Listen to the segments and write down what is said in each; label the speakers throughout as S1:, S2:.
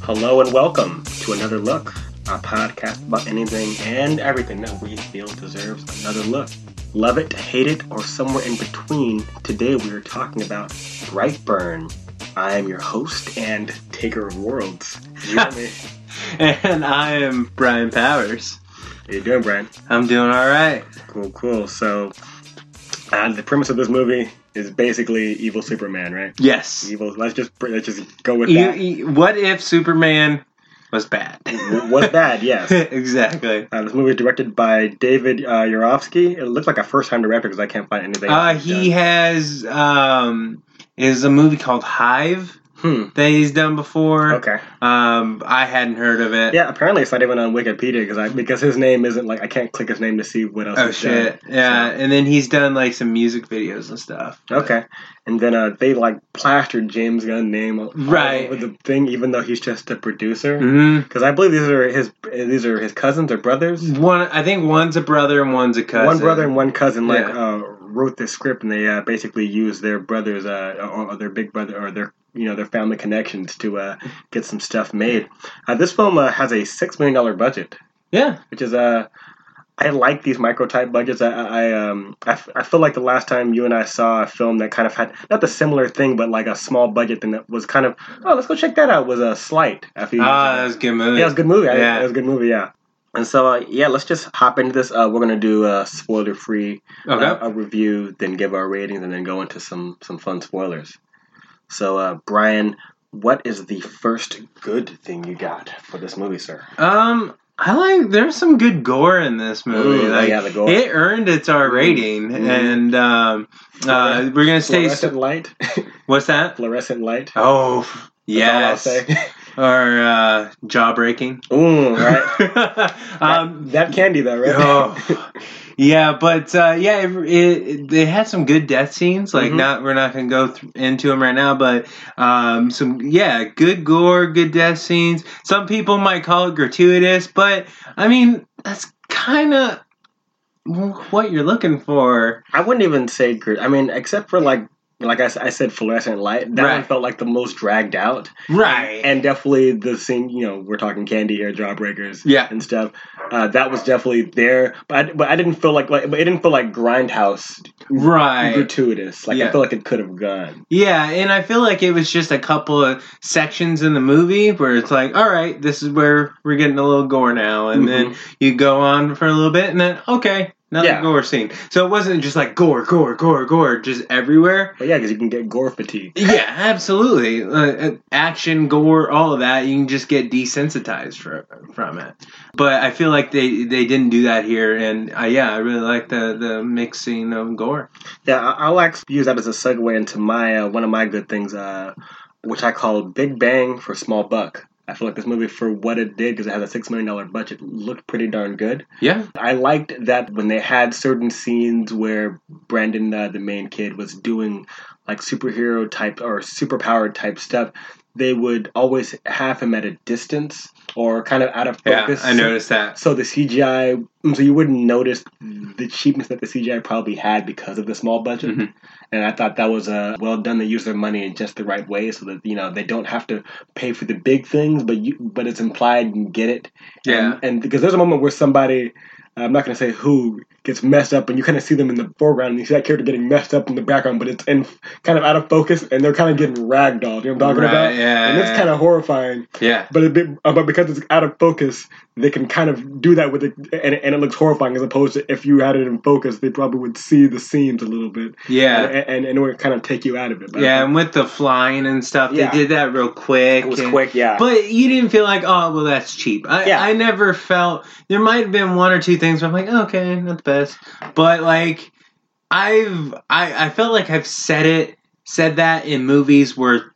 S1: Hello and welcome to Another Look, a podcast about anything and everything that we feel deserves another look. Love it, hate it, or somewhere in between, today we are talking about Brightburn. I am your host and taker of worlds, Jeremy.
S2: And I am Brian Powers.
S1: How you doing, Brian?
S2: I'm doing all right.
S1: Cool, cool. So, uh, the premise of this movie is basically evil Superman, right?
S2: Yes.
S1: Evil. Let's just let's just go with
S2: You,
S1: that.
S2: you- what if Superman was bad?
S1: Was bad, yes.
S2: exactly.
S1: Uh, this movie is directed by David uh, Yarovsky. It looks like a first-time director because I can't find anything.
S2: Uh,
S1: else
S2: he
S1: done.
S2: has um is a movie called Hive
S1: Hmm.
S2: that he's done before.
S1: Okay.
S2: Um, I hadn't heard of it.
S1: Yeah. Apparently, it's not even on Wikipedia because I because his name isn't like I can't click his name to see what else.
S2: Oh
S1: he's
S2: shit.
S1: done.
S2: Yeah, and then he's done like some music videos and stuff.
S1: So, okay. And then uh, they like plastered James Gunn name all
S2: Right.
S1: over the thing, even though he's just a producer.
S2: hmm
S1: Because I believe these are his these are his cousins or brothers.
S2: One, I think one's a brother and one's a cousin.
S1: One brother and one cousin like
S2: Yeah.
S1: uh, wrote this script, and they uh, basically used their brothers uh, or, or their big brother or their you know their family connections to uh, get some stuff made. Uh, this film uh, has a six million dollar budget,
S2: Yeah.
S1: which is uh, I like these micro type budgets. I I, um, I, f- I feel like the last time you and I saw a film that kind of had not the similar thing, but like a small budget thing that was kind of oh let's go check that out was a slight. A few years
S2: Ah,
S1: ago.
S2: that was a good movie.
S1: Yeah, it was a good movie. Yeah.
S2: Yeah.
S1: It was a good movie, yeah. And so, uh, yeah, let's just hop into this. Uh, we're going to do uh, spoiler free
S2: okay.
S1: uh, a review, then give our ratings, and then go into some, some fun spoilers. So, uh, Brian, what is the first good thing you got for this movie, sir?
S2: Um, I like. There's some good gore in this movie.
S1: Ooh,
S2: like,
S1: yeah, the gore.
S2: It earned its R rating,
S1: Mhm.
S2: and um, uh, we're gonna stay.
S1: Fluorescent light?
S2: what's that?
S1: Fluorescent light?
S2: Oh, yes,
S1: That's all I'll say.
S2: or uh, jaw breaking.
S1: Ooh, right.
S2: um,
S1: that, that candy, though, right?
S2: oh, yeah, but uh, yeah, it, it, they had some good death scenes. Like,
S1: Mhm.
S2: not we're not gonna go th- into them right now, but um, some yeah, good gore, good death scenes. Some people might call it gratuitous, but I mean that's kind of what you're looking for.
S1: I wouldn't even say good. I mean, except for like, like I, s- I said, fluorescent light. That one
S2: Right.
S1: felt like the most dragged out.
S2: Right.
S1: and definitely the scene you know we're talking candy air jawbreakers
S2: Yeah.
S1: and stuff uh, that was definitely there but I, but I didn't feel like, like but it didn't feel like grindhouse
S2: right.
S1: gratuitous like I
S2: Yeah.
S1: feel like it could have gone
S2: Yeah, and I feel like it was just a couple of sections in the movie where it's like, all right, this is where we're getting a little gore now, and then you go on for a little bit, and then okay, another
S1: Yeah.
S2: gore scene. So it wasn't just like gore, gore, gore, gore, just everywhere.
S1: but yeah because you can get gore fatigue
S2: Yeah, absolutely. Uh, uh, action, gore, all of that. You can just get desensitized for, from it. But I feel like they, they didn't do that here, and uh, yeah, I really like the the mixing of gore.
S1: yeah I, I'll actually use that as a segue into my uh, one of my good things uh, which I call Big Bang for small buck I feel like this movie for what it did because it has a six million dollar budget looked pretty darn good
S2: Yeah,
S1: I liked that when they had certain scenes where Brandon, uh, the main kid, was doing like superhero type or superpowered type stuff, they would always have him at a distance or kind of out of
S2: yeah,
S1: focus.
S2: I noticed that.
S1: So the CGI, mm, so you wouldn't notice the cheapness that the CGI probably had because of the small budget.
S2: Mhm.
S1: And I thought that was uh, well done. They use their money in just the right way, so that you know they don't have to pay for the big things, but you but it's implied and you get it.
S2: Yeah.
S1: Um, And, and because there's a moment where somebody, I'm not going to say who, gets messed up, and you kind of see them in the foreground, and you see that character getting messed up in the background, but it's in kind of out of focus, and they're kind of getting ragdolled. You know what I'm talking
S2: Right,
S1: about?
S2: yeah,
S1: And it's
S2: yeah.
S1: kind of horrifying.
S2: Yeah.
S1: But it, be- uh, but because it's out of focus, they can kind of do that with it, and, and it looks horrifying as opposed to if you had it in focus, they probably would see the scenes a little bit,
S2: Yeah.
S1: and, and, and it would kind of take you out of it. But
S2: Yeah, and with the flying and stuff,
S1: Yeah.
S2: they did that real quick.
S1: it was
S2: and-
S1: quick, yeah.
S2: But you didn't feel like, oh, well, that's cheap. I,
S1: Yeah.
S2: I never felt. There might have been one or two things where I'm like, okay, not the best. But like, I've I, I felt like I've said it said that in movies where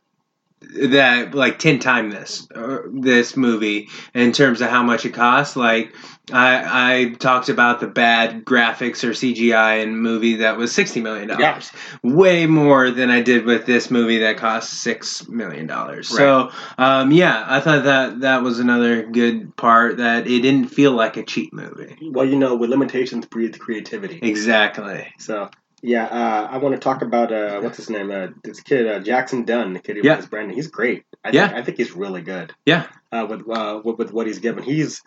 S2: that like ten time this or this movie in terms of how much it costs. Like I I talked about the bad graphics or CGI in a movie that was sixty million dollars
S1: Yeah.
S2: way more than I did with this movie that cost six million dollars. So, um, yeah, I thought that that was another good part that it didn't feel like a cheap movie.
S1: well, you know, with limitations breeds creativity.
S2: Exactly.
S1: So yeah, uh, I want to talk about uh, what's his name? Uh, this kid, uh, Jackson Dunn, the kid who
S2: Yeah.
S1: plays Brandon. He's great. I
S2: Yeah.
S1: think, I think he's really good.
S2: Yeah.
S1: uh, with, uh, with with what he's given. He's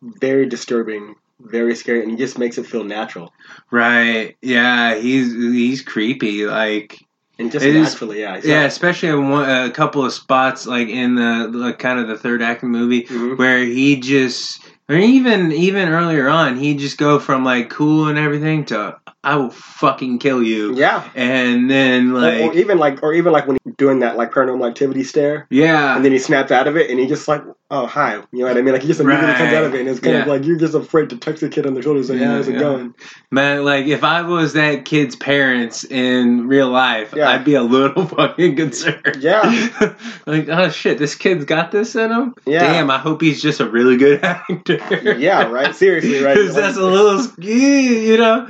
S1: very disturbing, very scary, and he just makes it feel natural
S2: Right. Yeah, he's he's creepy. Like
S1: and just
S2: It is-
S1: naturally. Yeah.
S2: yeah, especially in one, a couple of spots like in the like, kind of the third act of the movie
S1: hmm
S2: where he just or even even earlier on he would just go from like cool and everything to I will fucking kill you.
S1: Yeah.
S2: And then
S1: Or-
S2: like
S1: or even like, or even like when he's doing that like paranormal activity stare,
S2: yeah.
S1: and then he snaps out of it and he just like oh hi you know what i mean like he just immediately comes out of it and it's kind of
S2: Right.
S1: like you're just afraid to touch the kid on the shoulder and say
S2: Yeah,
S1: yeah, how's it
S2: yeah.
S1: going
S2: Man, like if I was that kid's parents in real life,
S1: Yeah.
S2: I'd be a little fucking concerned.
S1: yeah
S2: like, oh shit, this kid's got this in him.
S1: Yeah.
S2: Damn, I hope he's just a really good actor.
S1: yeah right seriously right
S2: 'Cause that's a little skew, you know.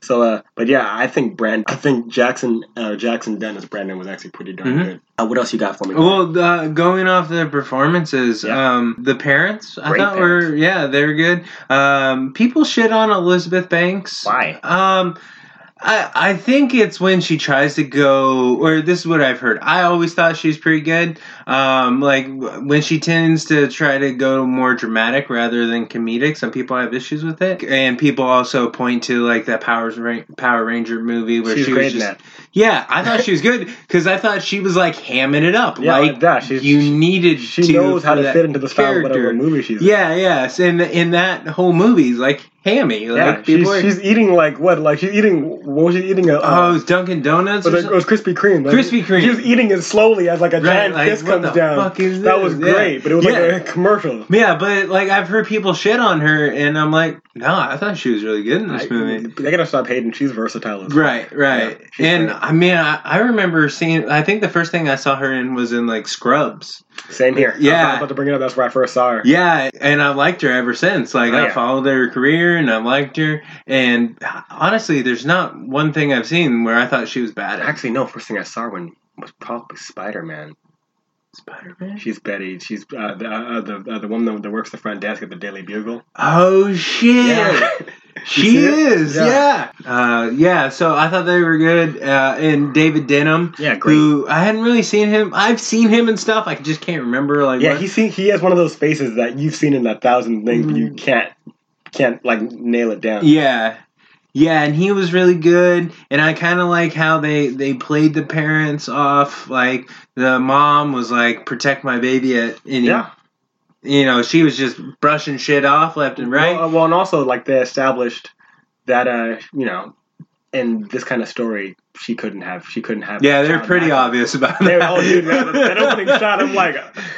S1: so uh but yeah i think brand i think jackson uh jackson dennis brandon was actually pretty darn
S2: Mhm.
S1: good uh, what else you got for me
S2: Well, uh, going off the performances,
S1: Yeah.
S2: um, the parents I
S1: Great
S2: thought
S1: parents.
S2: were yeah they were good. Um, people shit on Elizabeth Banks.
S1: why
S2: Um, I I think it's when she tries to go, or this is what I've heard. I always thought she's pretty good. Um, like w- when she tends to try to go more dramatic rather than comedic. Some people have issues with it, and people also point to like that Powers Ran- Power Ranger movie where
S1: she's
S2: she
S1: great
S2: was
S1: in
S2: just
S1: that
S2: yeah. I thought she was good because I thought she was like hamming it up.
S1: yeah
S2: like
S1: like that she's
S2: you needed
S1: she
S2: to
S1: knows how
S2: for
S1: to
S2: that
S1: fit into the style of whatever
S2: character.
S1: movie she's in.
S2: Yeah, yes, in in that whole movie, like hammy, like
S1: yeah, she's,
S2: people are
S1: she's eating like what? Like she's eating. What was she eating? A,
S2: Oh,
S1: uh,
S2: it was Dunkin' Donuts.
S1: But it
S2: or
S1: was Krispy Kreme. Like,
S2: Krispy Kreme.
S1: She was eating it slowly as like a
S2: Right,
S1: giant
S2: like,
S1: fist
S2: what
S1: comes
S2: the
S1: down.
S2: fuck is
S1: that
S2: this?
S1: was
S2: Yeah.
S1: great, but it was
S2: Yeah.
S1: like a commercial.
S2: something. yeah, but like I've heard people shit on her, and I'm like, no, I thought she was really good in this
S1: I,
S2: movie.
S1: they gotta stop hating. She's versatile. As
S2: Right, right.
S1: Yeah, she's
S2: and
S1: great.
S2: I mean, I, I remember seeing. I think the first thing I saw her in was in like Scrubs.
S1: fuck. Same here.
S2: Yeah.
S1: I was about to bring it up. That's where I first saw her.
S2: Yeah, and I've liked her ever since. Like
S1: Oh,
S2: I
S1: yeah.
S2: followed her career, and I've liked her. And honestly, there's not one thing I've seen where I thought she was bad at.
S1: Actually, no. First thing I saw when was probably Spider Man.
S2: Spider Man.
S1: She's Betty. She's uh, the uh, the, uh, the woman that- that works the front desk at the Daily Bugle.
S2: Oh shit.
S1: You
S2: She
S1: see it?
S2: is, yeah.
S1: Yeah.
S2: Yeah. Uh, yeah, so I thought they were good. Uh, and David Denham,
S1: yeah, great.
S2: who I hadn't really seen him. I've seen him and stuff. I just can't remember. Like,
S1: yeah,
S2: what-
S1: he see, he has one of those faces that you've seen in a thousand things, but you can't can't like nail it down.
S2: Mm. yeah, yeah, and he was really good. And I kind of like how they they played the parents off. Like the mom was like, "Protect my baby," at any,
S1: yeah.
S2: you know, she was just brushing shit off left and right.
S1: Well, uh, well, and also like they established that uh, you know, in this kind of story, she couldn't have she couldn't have.
S2: yeah,
S1: a
S2: they're
S1: child
S2: pretty
S1: back.
S2: obvious about
S1: They,
S2: that.
S1: oh, dude, that, that opening shot, I'm like,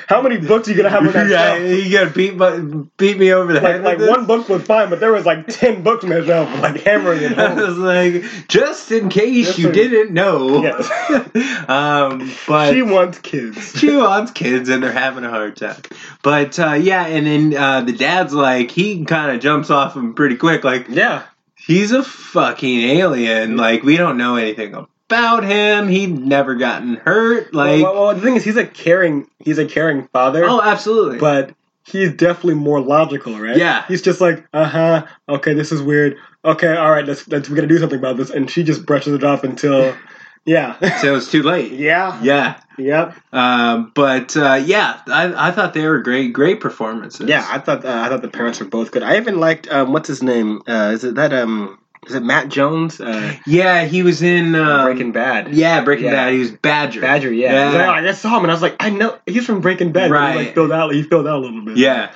S1: how many books are you gonna have on that
S2: yeah,
S1: shelf?
S2: you gotta beat my, beat me over the head.
S1: Like,
S2: with
S1: like
S2: this.
S1: one book was fine, but there was like ten books on that shelf, like hammering it
S2: I
S1: home.
S2: was like, just in case
S1: Just
S2: you
S1: in-
S2: didn't know.
S1: Yes.
S2: um, but
S1: she
S2: she,
S1: wants kids.
S2: wants kids and they're having a hard time. But uh, yeah, and then uh, the dad's like, he kind of jumps off him pretty quick. Like,
S1: Yeah,
S2: he's a fucking alien. Like, we don't know anything about him. He'd never gotten hurt. Like,
S1: well, well, well, the thing is, he's a caring he's a caring father,
S2: oh, absolutely.
S1: but he's definitely more logical, right?
S2: Yeah.
S1: he's just like, uh huh, okay, this is weird. Okay, all right, let's let's we gotta do something about this, and she just brushes it off until, yeah,
S2: so it's too late.
S1: yeah,
S2: Yeah.
S1: yep.
S2: Um, but uh, yeah, I, I thought they were great, great performances.
S1: Yeah, I thought uh, I thought the parents were both good. I even liked um, what's his name? Uh, is it that um is it Matt Jones? Uh,
S2: yeah, he was in um,
S1: Breaking Bad.
S2: Yeah, Breaking
S1: Yeah.
S2: Bad. He was Badger.
S1: Badger, yeah.
S2: Yeah.
S1: I was like, "Oh, I just saw him and I was like, I know he's from Breaking Bad. He,
S2: Right.
S1: like filled out he filled out a little bit.
S2: Yeah,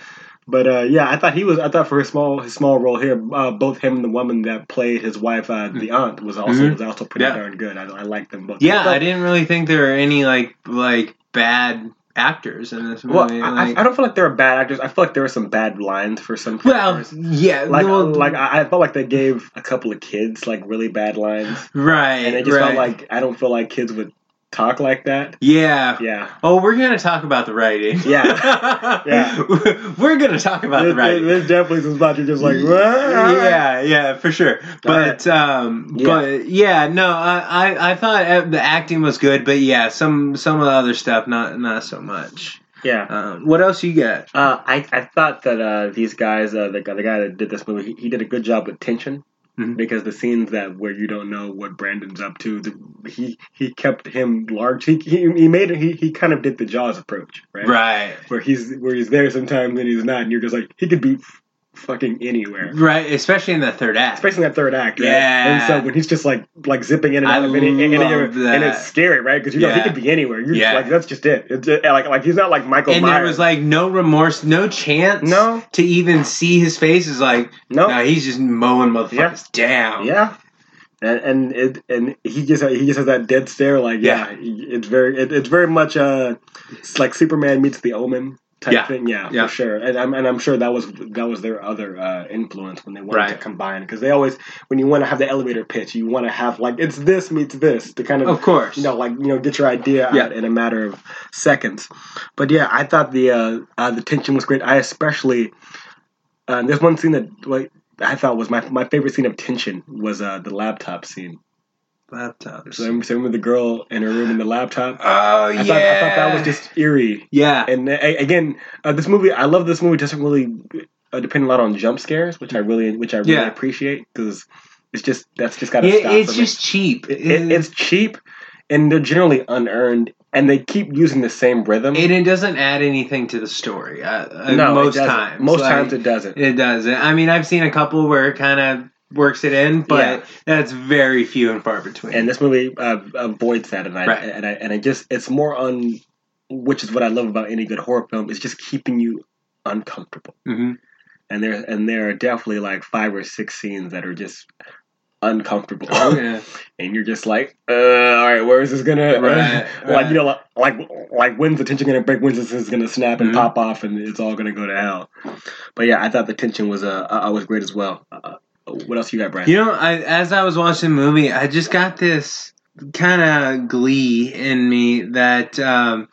S1: But uh, yeah, I thought he was I thought for his small his small role here, uh, both him and the woman that played his wife, uh, the aunt, was also
S2: Mhm.
S1: was also pretty
S2: Yeah.
S1: darn good. I, I liked them both.
S2: yeah.
S1: thought-
S2: I didn't really think there were any like like bad actors in this movie.
S1: Well, I,
S2: like-
S1: I don't feel like they were bad actors. I feel like there were some bad lines for some
S2: well,
S1: characters.
S2: yeah,
S1: like uh,
S2: well,
S1: like I, I felt like they gave a couple of kids like really bad lines.
S2: right,
S1: and I just
S2: right.
S1: felt like I don't feel like kids would talk like that.
S2: yeah.
S1: Yeah,
S2: Oh, we're gonna talk about the writing. Yeah,
S1: Yeah.
S2: we're gonna talk about the
S1: there's,
S2: writing.
S1: there's definitely some spots you're just like, yeah,
S2: yeah, yeah, for sure. But um,
S1: Yeah.
S2: but yeah, no, I, I I thought uh, the acting was good, but yeah, some some of the other stuff, not not so much.
S1: yeah.
S2: Um, what else you got?
S1: Uh, I I thought that uh, these guys, uh, the guy- the guy that did this movie, he, he did a good job with tension.
S2: Mhm.
S1: because the scenes that where you don't know what Brandon's up to, the, he he kept him large. He he, he made he he kind of did the Jaws approach, right?
S2: Right.
S1: Where he's where he's there sometimes and he's not, and you're just like he could be f- fucking anywhere.
S2: Right, especially in the third act.
S1: Especially in that third act, right?
S2: Yeah.
S1: And so when he's just like like zipping in and
S2: I
S1: out of any, any, any
S2: love
S1: and
S2: that.
S1: it's scary, right? Because you know
S2: Yeah.
S1: he could be anywhere. You're just
S2: Yeah.
S1: like that's just it. It's just, like like he's not like Michael
S2: and there
S1: Myers.
S2: was like no remorse, no chance
S1: No.
S2: to even see his face. Is like,
S1: no,
S2: no, he's just mowing motherfuckers down.
S1: Yeah. And and it, and he just he just has that dead stare like yeah, it's very it, it's very much uh it's like Superman meets the Omen type
S2: Yeah.
S1: thing yeah,
S2: Yeah.
S1: for sure and I'm and I'm sure that was that was their other uh, influence when they wanted to
S2: Right.
S1: combine because they always when you want to have the elevator pitch you want to have like it's this meets this to kind of,
S2: Of course.
S1: you know like you know get your idea
S2: Yeah.
S1: out in a matter of seconds but yeah I thought the uh, uh the tension was great I especially uh, there's one scene that like I thought was my my favorite scene of tension was uh, the laptop scene.
S2: Laptops.
S1: So I remember, so I remember the girl in her room in the laptop.
S2: oh yeah.
S1: I, thought, I thought that was just eerie.
S2: yeah.
S1: And uh, a- again, uh, this movie I love. This movie doesn't really uh, depend a lot on jump scares, which I really which I really
S2: Yeah.
S1: appreciate because it's just that's just got to
S2: It,
S1: stop.
S2: it's
S1: for me.
S2: just cheap.
S1: It- it- it's cheap, and they're generally unearned, and they keep using the same rhythm.
S2: and it doesn't add anything to the story. Uh, uh,
S1: it
S2: most
S1: doesn't.
S2: times,
S1: most
S2: Like,
S1: times it doesn't.
S2: it doesn't. I mean, I've seen a couple where it kind of works it in, but
S1: Yeah.
S2: that's very few and far between.
S1: and this movie uh, avoids that, and I
S2: Right.
S1: and I and I just it's more on, which is what I love about any good horror film is just keeping you uncomfortable,
S2: Mhm.
S1: and there and there are definitely like five or six scenes that are just uncomfortable,
S2: Oh, yeah.
S1: and you're just like, uh, all right, where is this gonna,
S2: Right,
S1: like
S2: right.
S1: you know, like, like like when's the tension gonna break, when's this is gonna snap and
S2: Mhm.
S1: pop off, and it's all gonna go to hell. But yeah, I thought the tension was uh, uh, was great as well. Uh, what else you got, Brian?
S2: You know, I, as I was watching the movie, I just got this kind of glee in me that, um,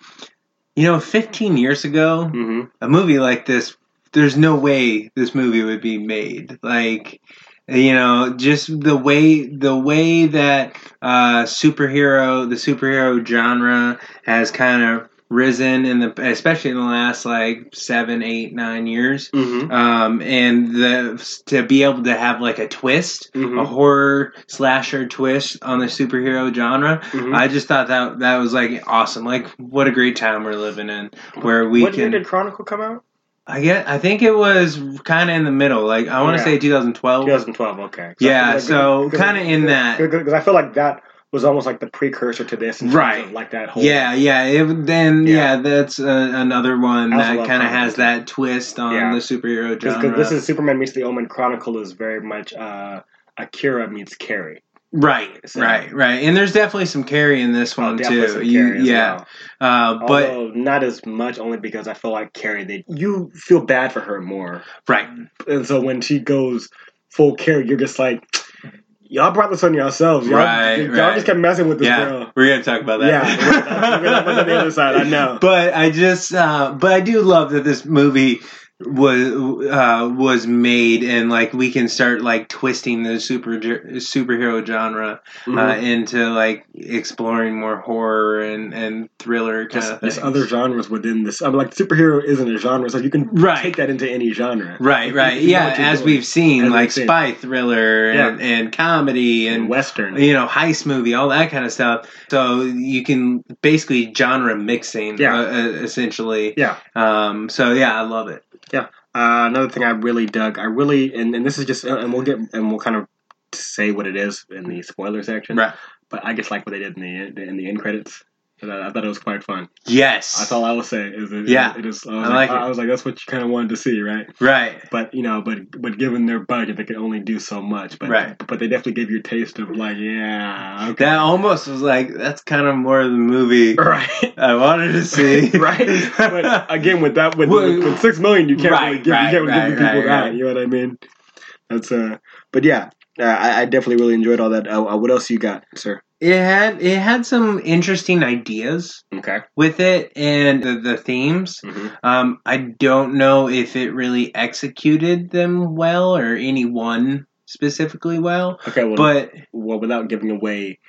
S2: you know, 15 years ago,
S1: hmm
S2: a movie like this, there's no way this movie would be made. Like, you know, just the way the way that uh, superhero the superhero genre has kind of risen in the especially in the last like seven, eight, nine years.
S1: hmm
S2: Um, and the to be able to have like a twist
S1: hmm
S2: a horror slasher twist on the superhero genre.
S1: Mm-hmm.
S2: I just thought that that was like awesome. Like what a great time we're living in where we
S1: what year
S2: can
S1: did Chronicle come out?
S2: I get I think it was kind of in the middle. Like I want to
S1: Yeah.
S2: say 2012.
S1: 2012. Okay.
S2: Yeah, so kinda in that.
S1: because I feel like that was almost like the precursor to this, in terms
S2: Right.
S1: of, like that whole
S2: Yeah, yeah. It, then
S1: Yeah.
S2: yeah, that's uh, another one
S1: I also
S2: that
S1: love
S2: kind of
S1: Chronicle,
S2: has
S1: too.
S2: that twist on
S1: Yeah.
S2: the superhero
S1: Because
S2: genre.
S1: this is Superman meets the Omen. Chronicle is very much uh, Akira meets Carrie.
S2: right,
S1: So-
S2: right, right. And there's definitely some carry in this one
S1: Oh, definitely
S2: too.
S1: some
S2: You,
S1: Carrie as
S2: yeah,
S1: well.
S2: uh, but
S1: Although not as much, only because I feel like Carrie, they you feel bad for her more,
S2: right,
S1: and so when she goes full Carrie, you're just like, y'all brought this on yourselves. Y'all,
S2: Right,
S1: y'all
S2: right.
S1: just kept messing with this
S2: yeah,
S1: girl.
S2: we're gonna talk about that.
S1: Yeah, we're gonna- we're gonna- we're on the other side. I know.
S2: But I just, uh, but I do love that this movie was uh, was made, and like we can start like twisting the super superhero genre
S1: Mm-hmm.
S2: uh, into like exploring more horror and and thriller kind
S1: just,
S2: of
S1: just
S2: things.
S1: other genres within this. I'm like superhero isn't a genre, so you can
S2: Right.
S1: take that into any genre.
S2: Right,
S1: If
S2: right,
S1: you- if you know
S2: yeah.
S1: what you're
S2: As
S1: doing.
S2: we've seen,
S1: As
S2: like
S1: we've seen.
S2: spy thriller and, and comedy
S1: and
S2: and
S1: western.
S2: you know, heist movie, all that kind of stuff. So you can basically genre mixing,
S1: Yeah.
S2: uh, uh, essentially.
S1: Yeah.
S2: Um. So yeah, I love it.
S1: Uh, another thing I really dug, I really, and, and this is just, uh, and we'll get, and we'll kind of say what it is in the spoiler section.
S2: Right.
S1: But I just like what they did in the in the end credits. And I I thought it was quite fun.
S2: Yes.
S1: That's all I will say. Is it,
S2: Yeah.
S1: it is. I, was
S2: I
S1: like,
S2: like it.
S1: I was like, that's what you kind of wanted to see, right?
S2: Right.
S1: But you know, but but given their budget, they could only do so much. But
S2: Right.
S1: but they definitely give you a taste of like, yeah, okay,
S2: That almost was like that's kind of more of the movie
S1: right.
S2: I wanted to see.
S1: right? But again, with that, with,
S2: Well,
S1: with, with six million, you can't
S2: right,
S1: really give,
S2: right,
S1: you can't really give the
S2: right,
S1: people
S2: right,
S1: that.
S2: right.
S1: You know what I mean? That's uh, but yeah, uh, I, I definitely really enjoyed all that. Uh, uh, what else you got, sir?
S2: it had it had some interesting ideas
S1: Okay.
S2: with it and the, the themes.
S1: Mm-hmm.
S2: Um, I don't know if it really executed them well or anyone specifically well.
S1: Okay. Well,
S2: But
S1: well, without giving away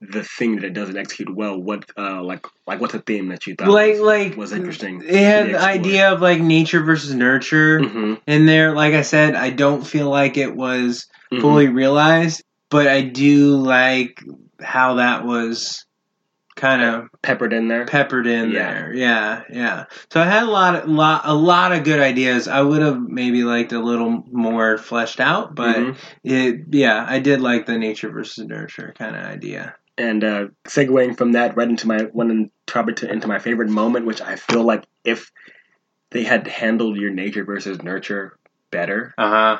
S1: the thing that it doesn't execute well, what uh, like like what's a theme that you thought
S2: like
S1: was,
S2: like
S1: was interesting?
S2: It had
S1: to
S2: the
S1: explore?
S2: idea of like nature versus nurture
S1: Mhm.
S2: in there. Like I said, I don't feel like it was
S1: Mhm.
S2: fully realized. But I do like how that was kind of
S1: Peppered in there.
S2: peppered in
S1: Yeah.
S2: there. Yeah, yeah. So I had a lot, of, lot, a lot of good ideas. I would have maybe liked a little more fleshed out, but
S1: Mhm.
S2: it, yeah, I did like the nature versus nurture kind of idea.
S1: And uh, segueing from that right into my one and probably to, into my favorite moment, which I feel like if they had handled your nature versus nurture better,
S2: Uh huh.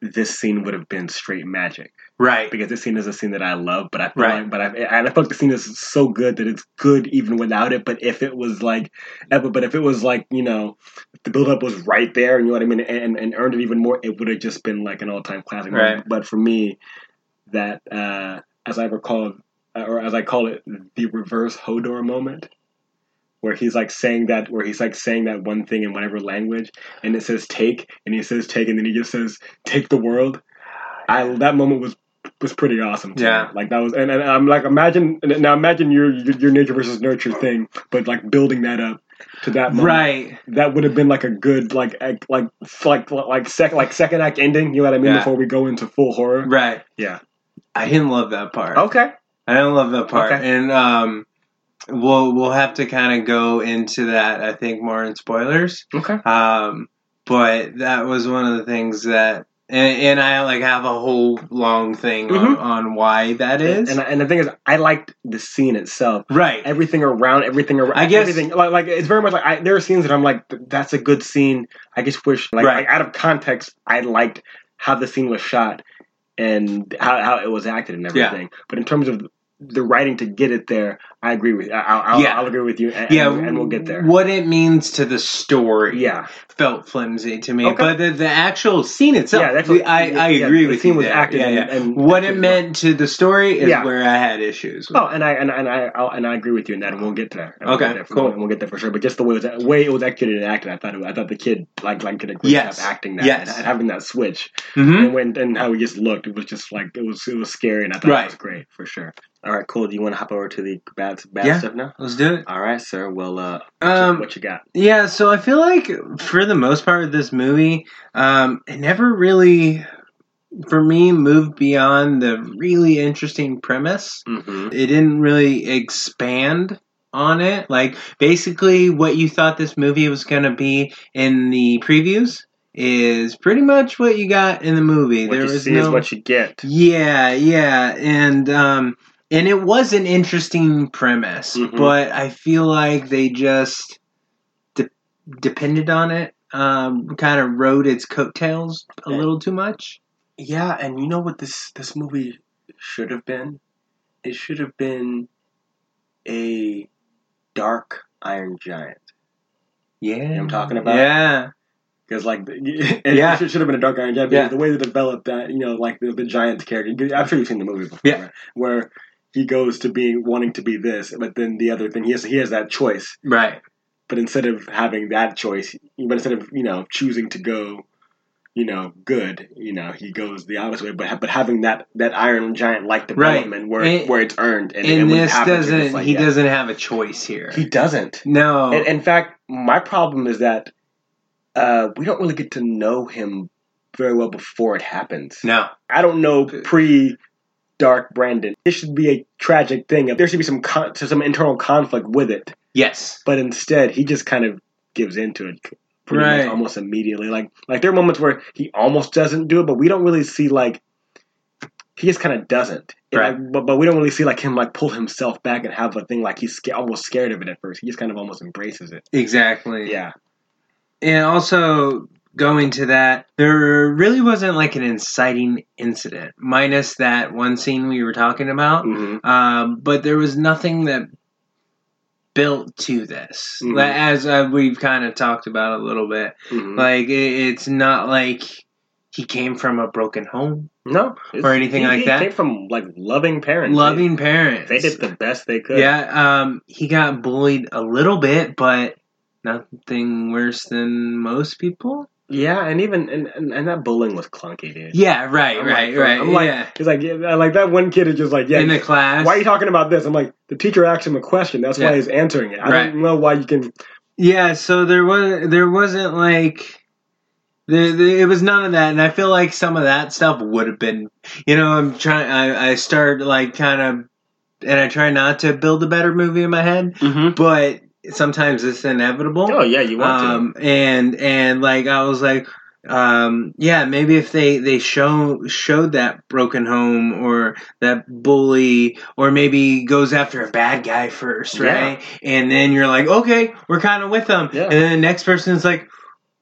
S1: this scene would have been straight magic.
S2: Right.
S1: Because this scene is a scene that I love, but I feel
S2: Right.
S1: like, but I and I feel like the scene is so good that it's good even without it. But if it was like, but if it was like you know, the build up was right there, and you know what I mean, and, and earned it even more, it would have just been like an all time classic.
S2: Right.
S1: But for me, that uh, as I recall, uh, or as I call it, the reverse Hodor moment. Where he's like saying that, where he's like saying that one thing in whatever language, and it says take, and he says take, and then he just says take the world. I that moment was was pretty awesome. to me.
S2: Yeah.
S1: like that was, and, and I'm like imagine now imagine your, your your nature versus nurture thing, but like building that up to that moment.
S2: Right.
S1: That would have been like a good like act- like like like second like second act ending. You know what I mean?
S2: Yeah.
S1: Before we go into full horror.
S2: Right.
S1: Yeah.
S2: I didn't love that part.
S1: Okay.
S2: I don't love that part,
S1: Okay.
S2: and um, we'll we'll have to kind of go into that. I think more in spoilers.
S1: Okay.
S2: Um, but that was one of the things that, and, and I like have a whole long thing on,
S1: Mhm.
S2: on why that is.
S1: And and the thing is, I liked the scene itself.
S2: right.
S1: Everything around, everything around,
S2: I guess-
S1: everything like, like it's very much like I, there are scenes that I'm like, that's a good scene. I just wish, like,
S2: Right.
S1: like, out of context, I liked how the scene was shot and how, how it was acted and
S2: Yeah.
S1: everything. But in terms of the writing to get it there, I agree with. I, I'll, I'll-
S2: Yeah.
S1: I'll agree with you. And,
S2: yeah,
S1: and we'll get there.
S2: What it means to the story
S1: Yeah,
S2: felt flimsy to me,
S1: Okay.
S2: but the, the actual scene itself,
S1: yeah.
S2: we- I, I
S1: yeah,
S2: agree
S1: the
S2: with
S1: scene
S2: you.
S1: was
S2: there.
S1: acted
S2: yeah,
S1: and-
S2: yeah.
S1: and
S2: what it
S1: acted well.
S2: meant to the story is
S1: Yeah.
S2: where I had issues. With.
S1: Oh, and I and, I- and I I'll, and I agree with you in that, and we'll get there. And we'll
S2: Okay,
S1: get there for,
S2: cool.
S1: And we'll get there for sure. But just the way it was, way it was executed and acted, I thought it, I thought the kid like like did a great
S2: Yes.
S1: job acting that
S2: Yes.
S1: and, and having that switch
S2: Mhm.
S1: and when and how he just looked, it was just like it was it was scary, and I thought
S2: Right.
S1: it was great for sure. All right, cool. Do you want to hop over to the bad bad
S2: Yeah.
S1: stuff now?
S2: Let's do it.
S1: All right, sir. Well, uh,
S2: Um,
S1: what you got?
S2: Yeah, so I feel like for the most part of this movie, um, it never really, for me, moved beyond the really interesting premise.
S1: Mm-hmm.
S2: It didn't really expand on it. Like, basically, what you thought this movie was going to be in the previews is pretty much what you got in the movie.
S1: What you
S2: was
S1: see is what you get.
S2: yeah, yeah, and um, and it was an interesting premise,
S1: Mhm.
S2: but I feel like they just de- depended on it, um, kind of rode its coattails a
S1: Yeah.
S2: little too much.
S1: Yeah, and you know what this this movie should have been? It should have been a dark Iron Giant.
S2: Yeah,
S1: I'm talking about?
S2: Yeah,
S1: Because like, the- it
S2: Yeah.
S1: should, should have been a Dark Iron Giant. Because
S2: Yeah.
S1: the way they developed that, you know, like the, the Giant's character. I'm sure you've seen the movie before.
S2: Yeah.
S1: right? Where he goes to being wanting to be this, but then the other thing he has he has that choice.
S2: right.
S1: But instead of having that choice, but instead of you know choosing to go, you know, good, you know, he goes the opposite way. But ha- but having that that Iron Giant like
S2: Right.
S1: development where
S2: And-
S1: where it's earned and,
S2: And
S1: and when it
S2: this
S1: happens, you're just
S2: doesn't.
S1: like,
S2: he
S1: yeah.
S2: doesn't have a choice here.
S1: He doesn't.
S2: no.
S1: And, in fact, my problem is that uh, we don't really get to know him very well before it happens.
S2: no.
S1: I don't know pre Dark Brandon. This should be a tragic thing. There should be some con- some internal conflict with it,
S2: Yes.
S1: but instead he just kind of gives into it pretty
S2: Right.
S1: much almost immediately. Like like there are moments where he almost doesn't do it, but we don't really see like he just kind of doesn't. And,
S2: Right.
S1: like, but but we don't really see like him like pull himself back and have a thing like he's sca- almost scared of it at first. He just kind of almost embraces it.
S2: Exactly.
S1: Yeah.
S2: And also going to that, there really wasn't like an inciting incident, minus that one scene we were talking about.
S1: Mm-hmm.
S2: Um, but there was nothing that built to this,
S1: Mhm.
S2: Like, as uh, we've kind of talked about a little bit.
S1: Mhm.
S2: Like it, it's not like he came from a broken home,
S1: no,
S2: or anything
S1: he-
S2: like
S1: he
S2: that?
S1: Came from like loving parents.
S2: loving
S1: They,
S2: parents.
S1: they did the best they could.
S2: Yeah, um, he got bullied a little bit, but nothing worse than most people.
S1: yeah, and even and, and, and that bullying was clunky, dude.
S2: Yeah, right,
S1: I'm
S2: right,
S1: like,
S2: right.
S1: I'm like,
S2: yeah.
S1: It's like yeah, like that one kid is just like, yeah,
S2: in the class.
S1: why are you talking about this? I'm like, the teacher asked him a question. That's
S2: Yeah.
S1: why he's answering it. I
S2: Right.
S1: don't know why you can.
S2: yeah, so there was there wasn't like The, the, it was none of that, and I feel like some of that stuff would have been, you know, I'm trying. I, I start like kind of, and I try not to build a better movie in my head,
S1: Mm-hmm.
S2: but sometimes it's inevitable.
S1: Oh yeah, you want
S2: um, and and like I was like, um, yeah, maybe if they they show showed that broken home or that bully or maybe goes after a bad guy first, right? And then you're like, okay, we're kind of with them,
S1: Yeah.
S2: and then the next person's like.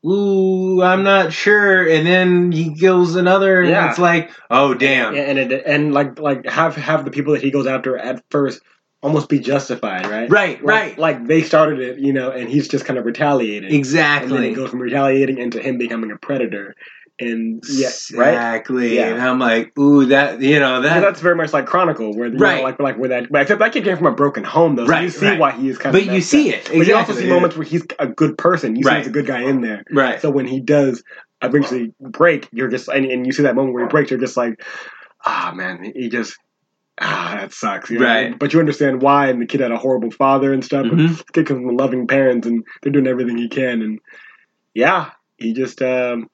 S2: Ooh, I'm not sure. And then he kills another, and
S1: Yeah.
S2: it's like, oh damn,
S1: to, Yeah, and it, and like like have have the people that he goes after at first almost be justified, right?
S2: right,
S1: Like-
S2: right,
S1: Like they started it, you know, and he's just kind of retaliating. And then
S2: exactly.
S1: it goes from retaliating into him becoming a predator, and yeah, right.
S2: exactly.
S1: Yeah.
S2: And I'm like, ooh, that you know
S1: So
S2: that
S1: that's very much like Chronicle, where you know,
S2: Right.
S1: like like where that, but except that kid came from a broken home, though. So you
S2: Right,
S1: see
S2: right.
S1: why he is kind of.
S2: But you
S1: messed up.
S2: see it. Exactly.
S1: But you also see moments where he's a good person. You see
S2: Right.
S1: he's a good guy in there.
S2: Right.
S1: So when he does eventually break, you're just and, and you see that moment where he breaks, you're just like, ah man, he just ah that sucks. you know?
S2: Right.
S1: But you understand why, and the kid had a horrible father and stuff. And
S2: Mhm.
S1: this kid comes from loving parents, and they're doing everything he can. And yeah, he just um,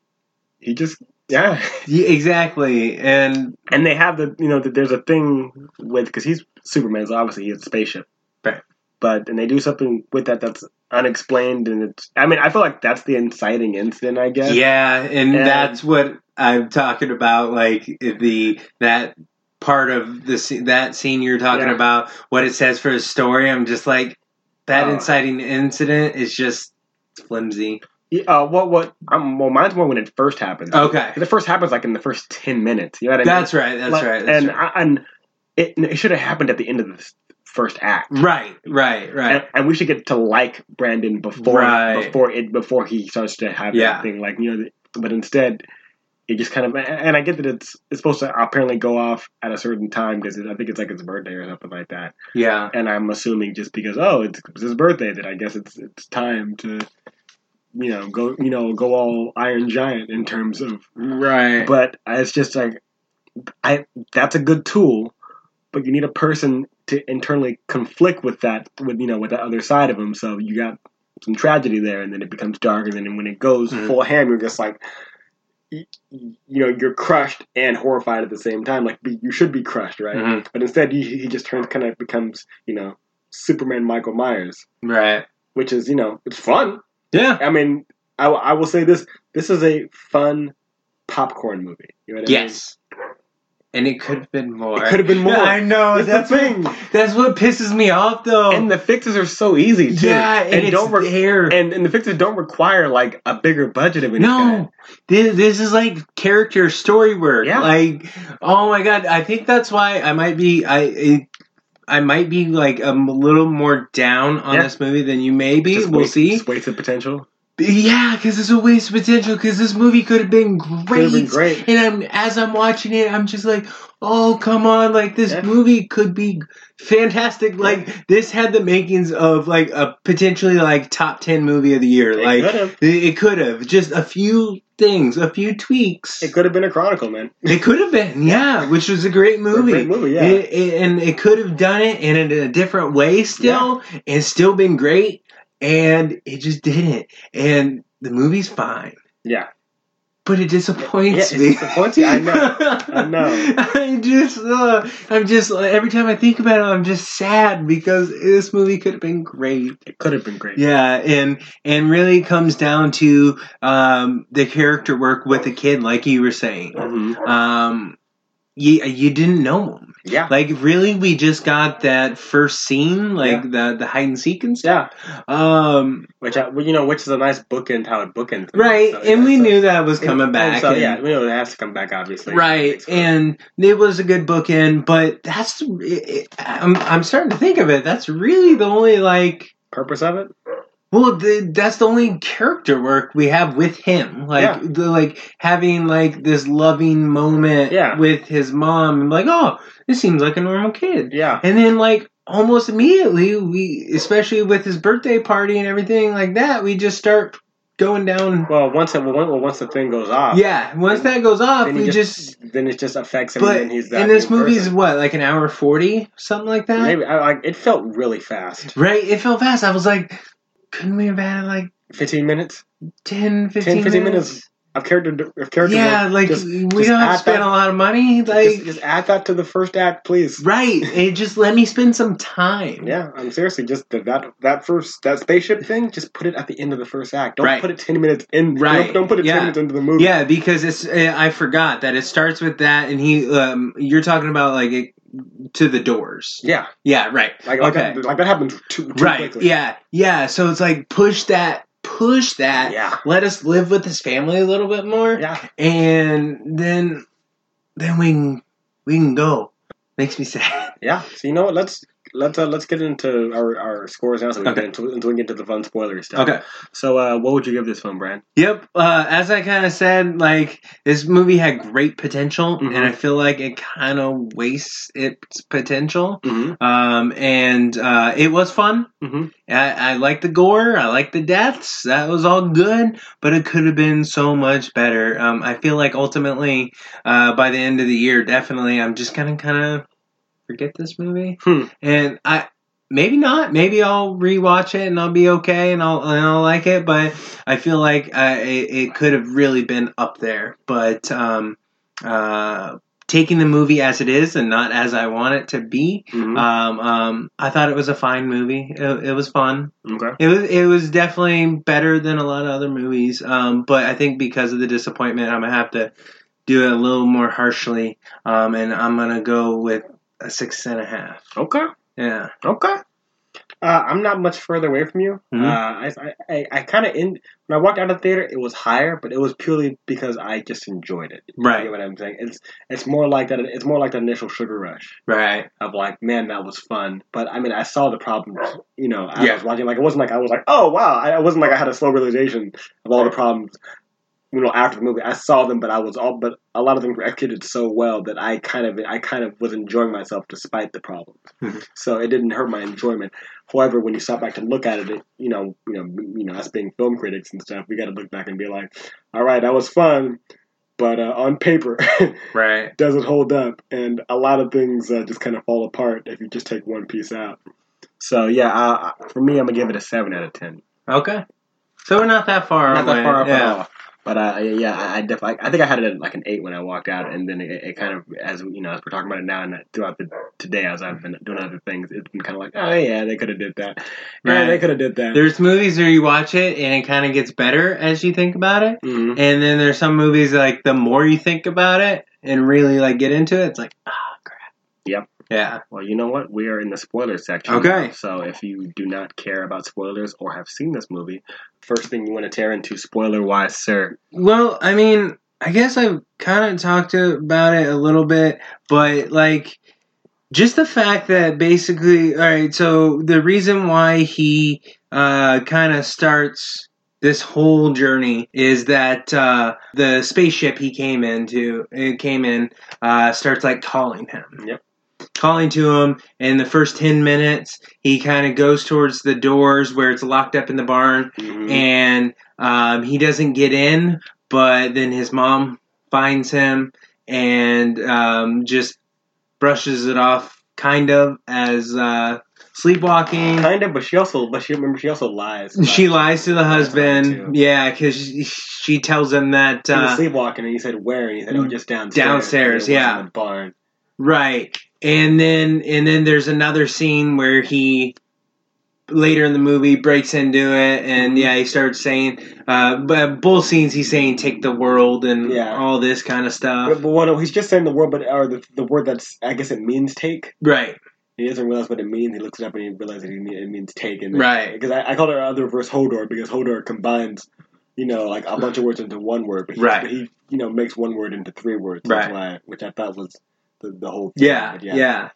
S1: he just yeah.
S2: Yeah, exactly. And
S1: And they have the you know that there's a thing with because he's Superman, so obviously he's a spaceship.
S2: Right.
S1: But and they do something with that that's unexplained, and it's I mean I feel like that's the inciting incident, I guess.
S2: yeah, and
S1: And-
S2: that's what I'm talking about. Like the that part of the sce- that scene you're talking
S1: Yeah.
S2: about, what it says for the story. I'm just like that
S1: Oh.
S2: inciting incident is just flimsy.
S1: Yeah, Uh, what what? Um, well, mine's more when it first happens.
S2: Okay,
S1: It first happens like in the first ten minutes. You know what I mean?
S2: Oh. that's right. That's
S1: Like,
S2: right. That's
S1: and
S2: right.
S1: I, and it, it should have happened at the end of the s- first act.
S2: right, right, right.
S1: And, and we should get to like Brandon before
S2: Right.
S1: before it before he starts to have that
S2: Yeah.
S1: thing like you know. the- But instead, it just kind of and I get that it's it's supposed to apparently go off at a certain time because I think it's like his birthday or something like that.
S2: yeah,
S1: And I'm assuming just because oh it's, it's his birthday that I guess it's it's time to you know go you know go all Iron Giant in terms of
S2: right.
S1: but it's just like I that's a good tool, but you need a person to internally conflict with that with you know with the other side of him. So you got some tragedy there, and then it becomes dark, and then when it goes
S2: Mhm.
S1: full ham, you're just like. y- You know, you're crushed and horrified at the same time. Like be- you should be crushed, right?
S2: Mhm.
S1: But instead, he, he just turns kind of becomes, you know, Superman Michael Myers,
S2: right.
S1: which is, you know, it's fun.
S2: Yeah.
S1: I mean, I, w- I will say this: this is a fun popcorn movie. You know what I mean?
S2: Yes. And it could have been more.
S1: It could have been more.
S2: I know.
S1: It's
S2: Oh, That's Oh.
S1: the
S2: what
S1: thing.
S2: That's what pisses me off, though.
S1: And the fixes are so easy too.
S2: yeah, and,
S1: and
S2: it's
S1: don't re-
S2: there.
S1: and, and the fixes don't require like a bigger budget of any kind.
S2: no, this, this is like character story work.
S1: Yeah.
S2: Like, oh my god, I think that's why I might be I. I I might be like um, a m- little more down on
S1: Yeah.
S2: this movie than you may be.
S1: Just
S2: we'll
S1: waste-
S2: see.
S1: Just wasted potential.
S2: Yeah, because it's a waste of potential. Because this movie could have been great.
S1: Could have been great.
S2: And I'm as I'm watching it, I'm just like, oh come on! Like this
S1: Yeah.
S2: movie could be fantastic. Like this had the makings of like a potentially like top ten movie of the year.
S1: It
S2: like
S1: could have.
S2: it it could have just a few things, a few tweaks.
S1: It could have been a chronicle, man.
S2: It could have been, yeah, which was a great movie.
S1: Great movie, yeah.
S2: It- it- and it could have done it in a, a different way still and still been great. And it just didn't. And the movie's fine.
S1: Yeah.
S2: But it disappoints
S1: Yeah, it
S2: me.
S1: disappoints you, I know. I know.
S2: I just, uh, I'm just, every time I think about it, I'm just sad because this movie could have been great.
S1: It could have been great.
S2: Yeah, and and really comes down to um, the character work with the kid, like you were saying
S1: Mhm.
S2: um you, you didn't know him
S1: Yeah.
S2: like really we just got that first scene like the the hide and seek and stuff
S1: Yeah.
S2: um
S1: Which I, well, you know, which is a nice bookend how it bookends. the movie,
S2: right
S1: so,
S2: and
S1: yeah,
S2: we
S1: so-
S2: knew that was coming
S1: and-
S2: back
S1: so
S2: and-
S1: yeah, we know it has to come back obviously.
S2: right
S1: It's-
S2: and it was a good bookend but that's it, it- I'm, I'm starting to think of it that's really the only like
S1: purpose of it.
S2: well, the, that's the only character work we have with him. Like,
S1: Yeah.
S2: the, like having like this loving moment
S1: Yeah.
S2: with his mom. and like, oh, this seems like a normal kid.
S1: Yeah.
S2: And then like almost immediately we especially with his birthday party and everything like that, we just start going down
S1: Well, once it well, once the thing goes off,
S2: Yeah, once that goes off,
S1: then he
S2: we just,
S1: then it just affects him.
S2: but
S1: and
S2: and,
S1: then he's that
S2: this
S1: new
S2: movie is
S1: person.
S2: what, like an hour forty, something like that?
S1: maybe I, like it felt really fast.
S2: Right? It felt fast. I was like, couldn't we have had like
S1: Fifteen minutes.
S2: 10, 15,
S1: 15 minutes.
S2: minutes?
S1: Of character, of character.
S2: yeah,
S1: work.
S2: like
S1: Just-
S2: we
S1: just
S2: don't
S1: add
S2: spend
S1: that-
S2: a lot of money. Like
S1: just, just add that to the first act, please.
S2: right, and just let me spend some time.
S1: Yeah, I'm seriously just the, that that first that spaceship thing. Just put it at the end of the first act. Don't
S2: Right.
S1: put it ten minutes in.
S2: Right.
S1: Don't, don't put it
S2: Yeah.
S1: ten minutes into the movie.
S2: Yeah, because it's eh, I forgot that it starts with that, and he um, you're talking about like it, to the doors.
S1: yeah.
S2: Yeah, right.
S1: Like like, that, like that happens too, too
S2: right.
S1: quickly.
S2: Yeah, yeah. So it's like push that, push that.
S1: yeah,
S2: Let us live with his family a little bit more,
S1: yeah.
S2: and then then we can, we can go. Makes me sad.
S1: yeah. So you know what? Let's let's uh, let's get into our, our scores now, so we can
S2: Okay.
S1: get into, until we get to the fun spoiler stuff.
S2: Okay.
S1: So uh, what would you give this film, Brad?
S2: Yep. Uh, as I kind of said, like this movie had great potential,
S1: Mhm.
S2: and I feel like it kind of wastes its potential.
S1: Mm-hmm.
S2: Um, and uh, it was fun.
S1: Mhm.
S2: I, I like the gore. I like the deaths. That was all good, but it could have been so much better. Um, I feel like ultimately, uh, by the end of the year, definitely, I'm just gonna kind of forget this movie,
S1: Hmm.
S2: and I maybe not. Maybe I'll rewatch it and I'll be okay and I'll and I'll like it. But I feel like uh, it, it could have really been up there. But um, uh, taking the movie as it is and not as I want it to be,
S1: Mm-hmm.
S2: um, um, I thought it was a fine movie. It, it was fun.
S1: okay.
S2: It was it was definitely better than a lot of other movies. Um, but I think because of the disappointment, I'm gonna have to do it a little more harshly. Um, and I'm gonna go with a six and a half.
S1: Okay.
S2: Yeah.
S1: Okay. Uh, I'm not much further away from you.
S2: Mhm.
S1: Uh, I, I, I, I kind of in when I walked out of the theater, it was higher, but it was purely because I just enjoyed it. You know
S2: Right.
S1: what I'm saying? It's it's more like that. It's more like the initial sugar rush
S2: Right.
S1: of like, man, that was fun. But I mean, I saw the problems. You know, I
S2: Yeah.
S1: was watching. Like, it wasn't like I was like, oh wow. I, it wasn't like I had a slow realization of all the problems. You know, after the movie, I saw them, but I was all. But a lot of them were executed so well that I kind of, I kind of was enjoying myself despite the problems.
S2: Mhm.
S1: so it didn't hurt my enjoyment. However, when you stop back to look at it, it, you know, you know, you know, us being film critics and stuff, we got to look back and be like, all right, that was fun. But uh, on paper,
S2: Right.
S1: doesn't hold up, and a lot of things uh, just kind of fall apart if you just take one piece out. So yeah, uh, for me, I'm gonna give it a seven out of ten.
S2: Okay. So we're not that far.
S1: Not
S2: away.
S1: that far off
S2: yeah.
S1: at all. But uh, yeah, I I, def- I I think I had it at like an eight when I walked out, and then it, it kind of as you know as we're talking about it now and throughout the today as I've been doing other things, it's been kind of like oh yeah they could have did that, yeah
S2: Right.
S1: they could have did that.
S2: There's movies where you watch it and it kind of gets better as you think about it.
S1: Mhm.
S2: And then there's some movies like the more you think about it and really like get into it, it's like ah crap.
S1: Yep.
S2: Yeah.
S1: Well, you know what? We are in the spoiler section.
S2: Okay.
S1: So if you do not care about spoilers or have seen this movie, first thing you want to tear into spoiler wise, sir.
S2: Well, I mean, I guess I've kind of talked about it a little bit, but like just the fact that basically, all right. So the reason why he uh, kind of starts this whole journey is that uh, the spaceship he came into, it came in, uh, starts like calling him.
S1: Yep.
S2: Calling to him, and the first ten minutes, he kind of goes towards the doors where it's locked up in the barn,
S1: Mhm.
S2: and um, he doesn't get in. But then his mom finds him and um, just brushes it off, kind of as uh, sleepwalking.
S1: Kind of, but she also, but she remember she also lies.
S2: And She lies to the
S1: That's right, too.
S2: husband, yeah, because she, she tells him that
S1: She was
S2: uh, Mm,
S1: sleepwalking, and he said where? And he said, oh, just downstairs.
S2: Downstairs,
S1: And it was
S2: yeah.
S1: in the barn.
S2: Right. And then and then there's another scene where he later in the movie breaks into it
S1: Mm-hmm.
S2: and yeah, he starts saying uh but both scenes he's saying take the world and
S1: Yeah.
S2: all this kind of
S1: But,
S2: stuff.
S1: but what, he's just saying the word, but or the, the word that's I guess it means take.
S2: Right.
S1: He doesn't realize what it means. He looks it up and he realizes that he mean- it means take. And
S2: Right.
S1: Because I, I call it uh, the reverse Hodor because Hodor combines, you know, like a bunch of words into one word. But he,
S2: Right.
S1: but he you know, makes one word into three words.
S2: Right.
S1: That's why, which I thought was the, the whole. Thing.
S2: Yeah,
S1: But
S2: yeah,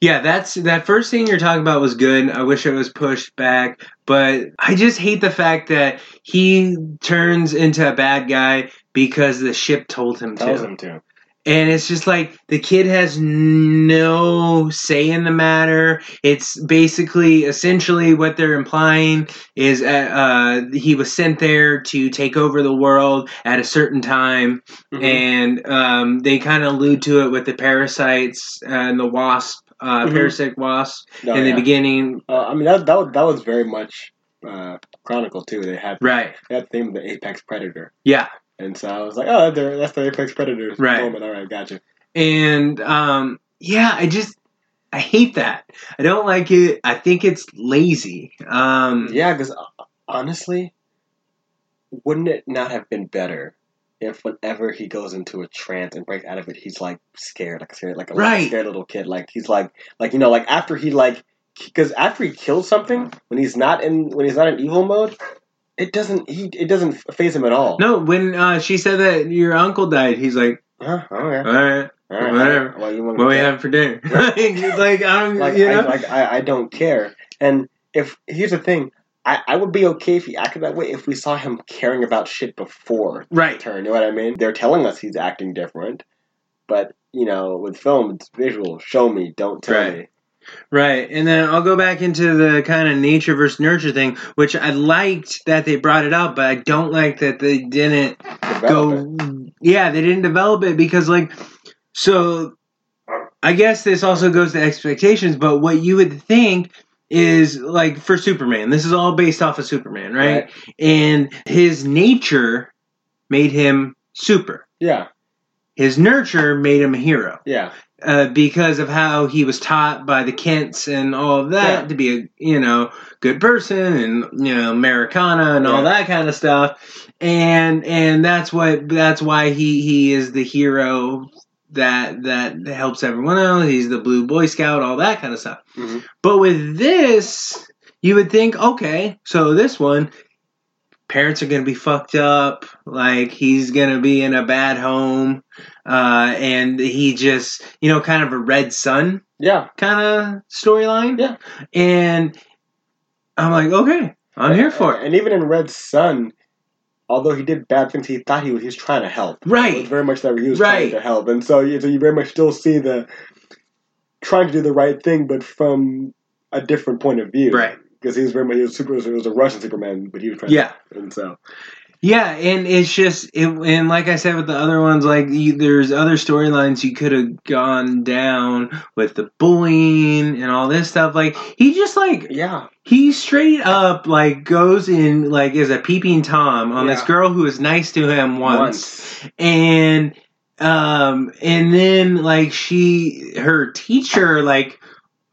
S2: yeah, That's that first thing you're talking about was good. I wish it was pushed back, but I just hate the fact that he turns into a bad guy because the ship told him to.
S1: tells him to.
S2: And it's just like the kid has no say in the matter. It's basically, essentially, what they're implying is uh, uh, he was sent there to take over the world at a certain time
S1: Mhm.
S2: and um, they kind of allude to it with the parasites and the wasp, uh,
S1: Mhm.
S2: parasitic wasp
S1: No,
S2: in
S1: Oh,
S2: the
S1: yeah.
S2: beginning.
S1: Uh, I mean, that, that, was- that was very much uh, Chronicle, too. They had
S2: Right.
S1: that thing, the apex predator.
S2: Yeah.
S1: And so I was like, oh, they're, that's the Apex Predators.
S2: Right.
S1: Moment. All right, gotcha.
S2: And um, yeah, I just I hate that. I don't like it. I think it's lazy. Um,
S1: Yeah, because honestly, wouldn't it not have been better if whenever he goes into a trance and breaks out of it, he's like scared, like scared, like a like,
S2: Right.
S1: scared little kid. Like he's like, like you know, like after he like, because after he kills something, when he's not in when he's not in evil mode, it doesn't he it doesn't phase him at all.
S2: No, when uh, she said that your uncle died, he's like,
S1: Huh? Oh, All right.
S2: all right,
S1: All right.
S2: Whatever.
S1: Well, you want
S2: what we have for dinner? like, it's like, I don't,
S1: like
S2: you
S1: I,
S2: know?
S1: like I, I don't care. And if here's the thing, I, I would be okay if he acted that way if we saw him caring about shit before the
S2: right.
S1: turn. You know what I mean? They're telling us he's acting different, but you know, with film, it's visual. Show me, don't tell
S2: Right.
S1: me.
S2: Right. And then I'll go back into the kind of nature versus nurture thing, which I liked that they brought it up, but I don't like that they didn't
S1: Develop
S2: go. Yeah, they didn't develop it because, like, so I guess this also goes to expectations, but what you would think is, like, for Superman, this is all based off of Superman,
S1: it,
S2: right? And his nature made him super.
S1: Yeah,
S2: His nurture made him a hero
S1: yeah,
S2: uh, because of how he was taught by the Kents and all of that
S1: Yeah.
S2: to be a you know good person and you know Americana and all
S1: Yeah.
S2: that kind of stuff, and and that's what that's why he he is the hero that that helps everyone else. He's the blue boy scout, all that kind of stuff.
S1: Mhm.
S2: But with this, you would think, okay, so this one. Parents are gonna be fucked up. Like he's gonna be in a bad home uh, and he just you know kind of a red sun
S1: yeah.
S2: kind of storyline
S1: Yeah.
S2: and i'm like okay i'm here for it
S1: And even in Red Sun, although he did bad things, he thought he was, he was trying to help. It was
S2: right
S1: very much that he was
S2: Right.
S1: trying to help, and so you, so you very much still see the trying to do the right thing, but from a different point of view,
S2: right
S1: Because he was very much he was super, he was a Russian Superman, but he was trying.
S2: yeah
S1: to, and so
S2: yeah and it's just it, and like i said with the other ones like you, there's other storylines you could have gone down with the bullying and all this stuff like he just like
S1: yeah,
S2: He straight up like goes in like is a peeping tom on this
S1: Yeah.
S2: girl who was nice to him once, and um and then like she her teacher like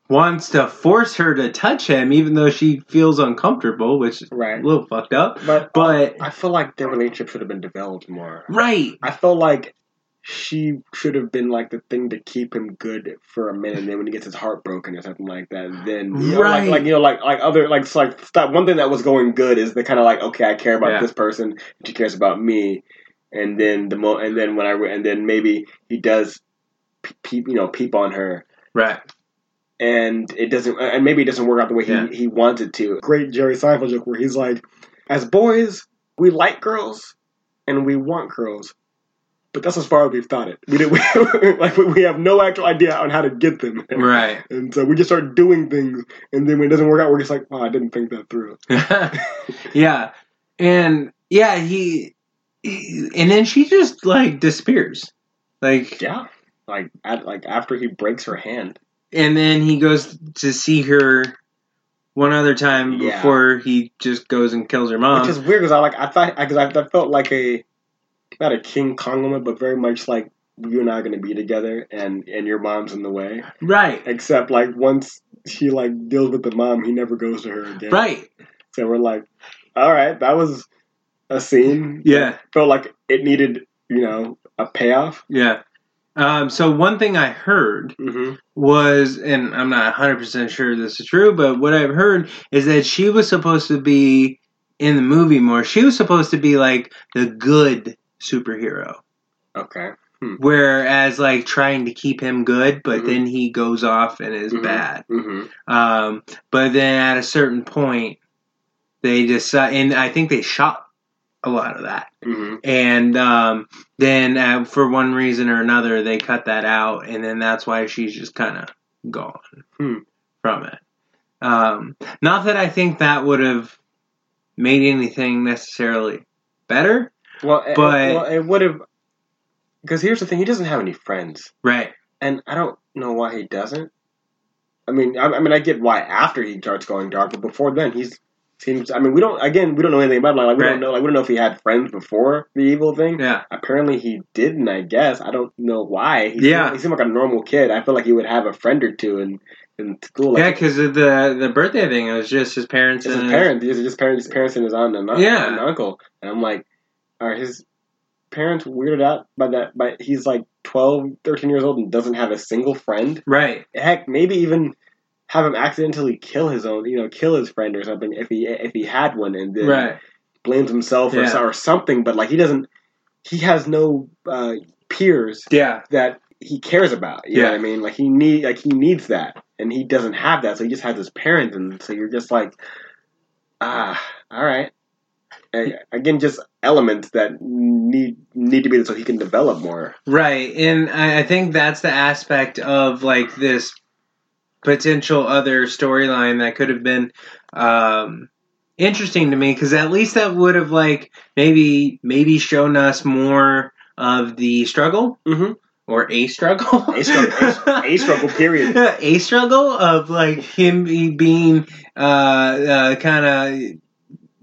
S2: wants to force her to touch him even though she feels uncomfortable, which is a
S1: right?
S2: little fucked up.
S1: But
S2: But
S1: I feel like their relationship should have been developed more.
S2: right,
S1: I felt like she should have been like the thing to keep him good for a minute, and then when he gets his heart broken or something like that, then you know,
S2: Right.
S1: like, like you know, like like other like it's like stop. One thing that was going good is the kind of like okay, I care about
S2: Yeah.
S1: this person, and she cares about me, and then the mo and then when I re- and then maybe he does pe- peep, you know, peep on her.
S2: right,
S1: and it doesn't and maybe it doesn't work out the way
S2: Yeah.
S1: he, he wants it to. Great Jerry Seinfeld joke where he's like, as boys, we like girls and we want girls. But that's as far as we've thought it. We did, we, like we- we have no actual idea on how to get them,
S2: right.
S1: and so we just start doing things, and then when it doesn't work out, we're just like, "Wow, I didn't think that through."
S2: yeah, and yeah, he, he and then she just like disappears, like
S1: Yeah, like at, like after he breaks her hand,
S2: and then he goes to see her one other time
S1: Yeah.
S2: before he just goes and kills her mom.
S1: which is weird because I like I thought because I, 'cause I felt like a not a King Kong moment, but very much like you and I are going to be together, and and your mom's in the way.
S2: right.
S1: Except like once he like deals with the mom, he never goes to her again.
S2: Right.
S1: So we're like, all right, that was a scene.
S2: Yeah.
S1: Felt like it needed, you know, a payoff.
S2: Yeah. Um, so one thing I heard
S1: Mm-hmm.
S2: was, and I'm not 100% sure this is true, but what I've heard is that she was supposed to be in the movie more. She was supposed to be like the good superhero,
S1: Okay.
S2: whereas like trying to keep him good, but
S1: Mhm.
S2: then he goes off and is
S1: Mhm.
S2: bad.
S1: Mm-hmm.
S2: Um, but then at a certain point, they decide, and I think they shot a lot of that.
S1: Mm-hmm.
S2: And um, then uh, for one reason or another, they cut that out, and then that's why she's just kind of gone
S1: Hmm.
S2: from it. Um, not that I think that would have made anything necessarily better,
S1: Well, it,
S2: But-
S1: well, it would have. Because here's the thing: he doesn't have any friends,
S2: right?
S1: and I don't know why he doesn't. I mean, I, I mean, I get why after he starts going dark, but before then, he's Seems. I mean, we don't. Again, we don't know anything about him. Like we
S2: Right.
S1: don't know. Like we don't know if he had friends before the evil thing.
S2: Yeah.
S1: Apparently, he didn't. I guess I don't know why. He
S2: Yeah.
S1: Seemed, he seemed like a normal kid. I feel like he would have a friend or two in in school. Like,
S2: yeah, because the the birthday thing, it was just his parents
S1: It's
S2: and
S1: his parents. It's just parents. His parents and his aunt and, un-
S2: Yeah.
S1: and uncle. And I'm like, are his parents weirded out by that? By he's like 12, 13 years old and doesn't have a single friend.
S2: Right.
S1: Heck, maybe even have him accidentally kill his own. You know, kill his friend or something if he if he had one and then
S2: Right.
S1: blames himself or,
S2: Yeah.
S1: so- or something. But like he doesn't. He has no uh, peers
S2: Yeah.
S1: that he cares about. You know
S2: Yeah.
S1: what I mean? Like he need like he needs that, and he doesn't have that, so he just has his parents, and so you're just like, ah, all right. And again, just elements that need need to be there so he can develop more.
S2: Right. And I, I think that's the aspect of like this potential other storyline that could have been um interesting to me because at least that would have like maybe maybe shown us more of the struggle
S1: Mm-hmm.
S2: or a struggle.
S1: A struggle- a- a struggle, period.
S2: a struggle of like him be- being uh, uh, kind of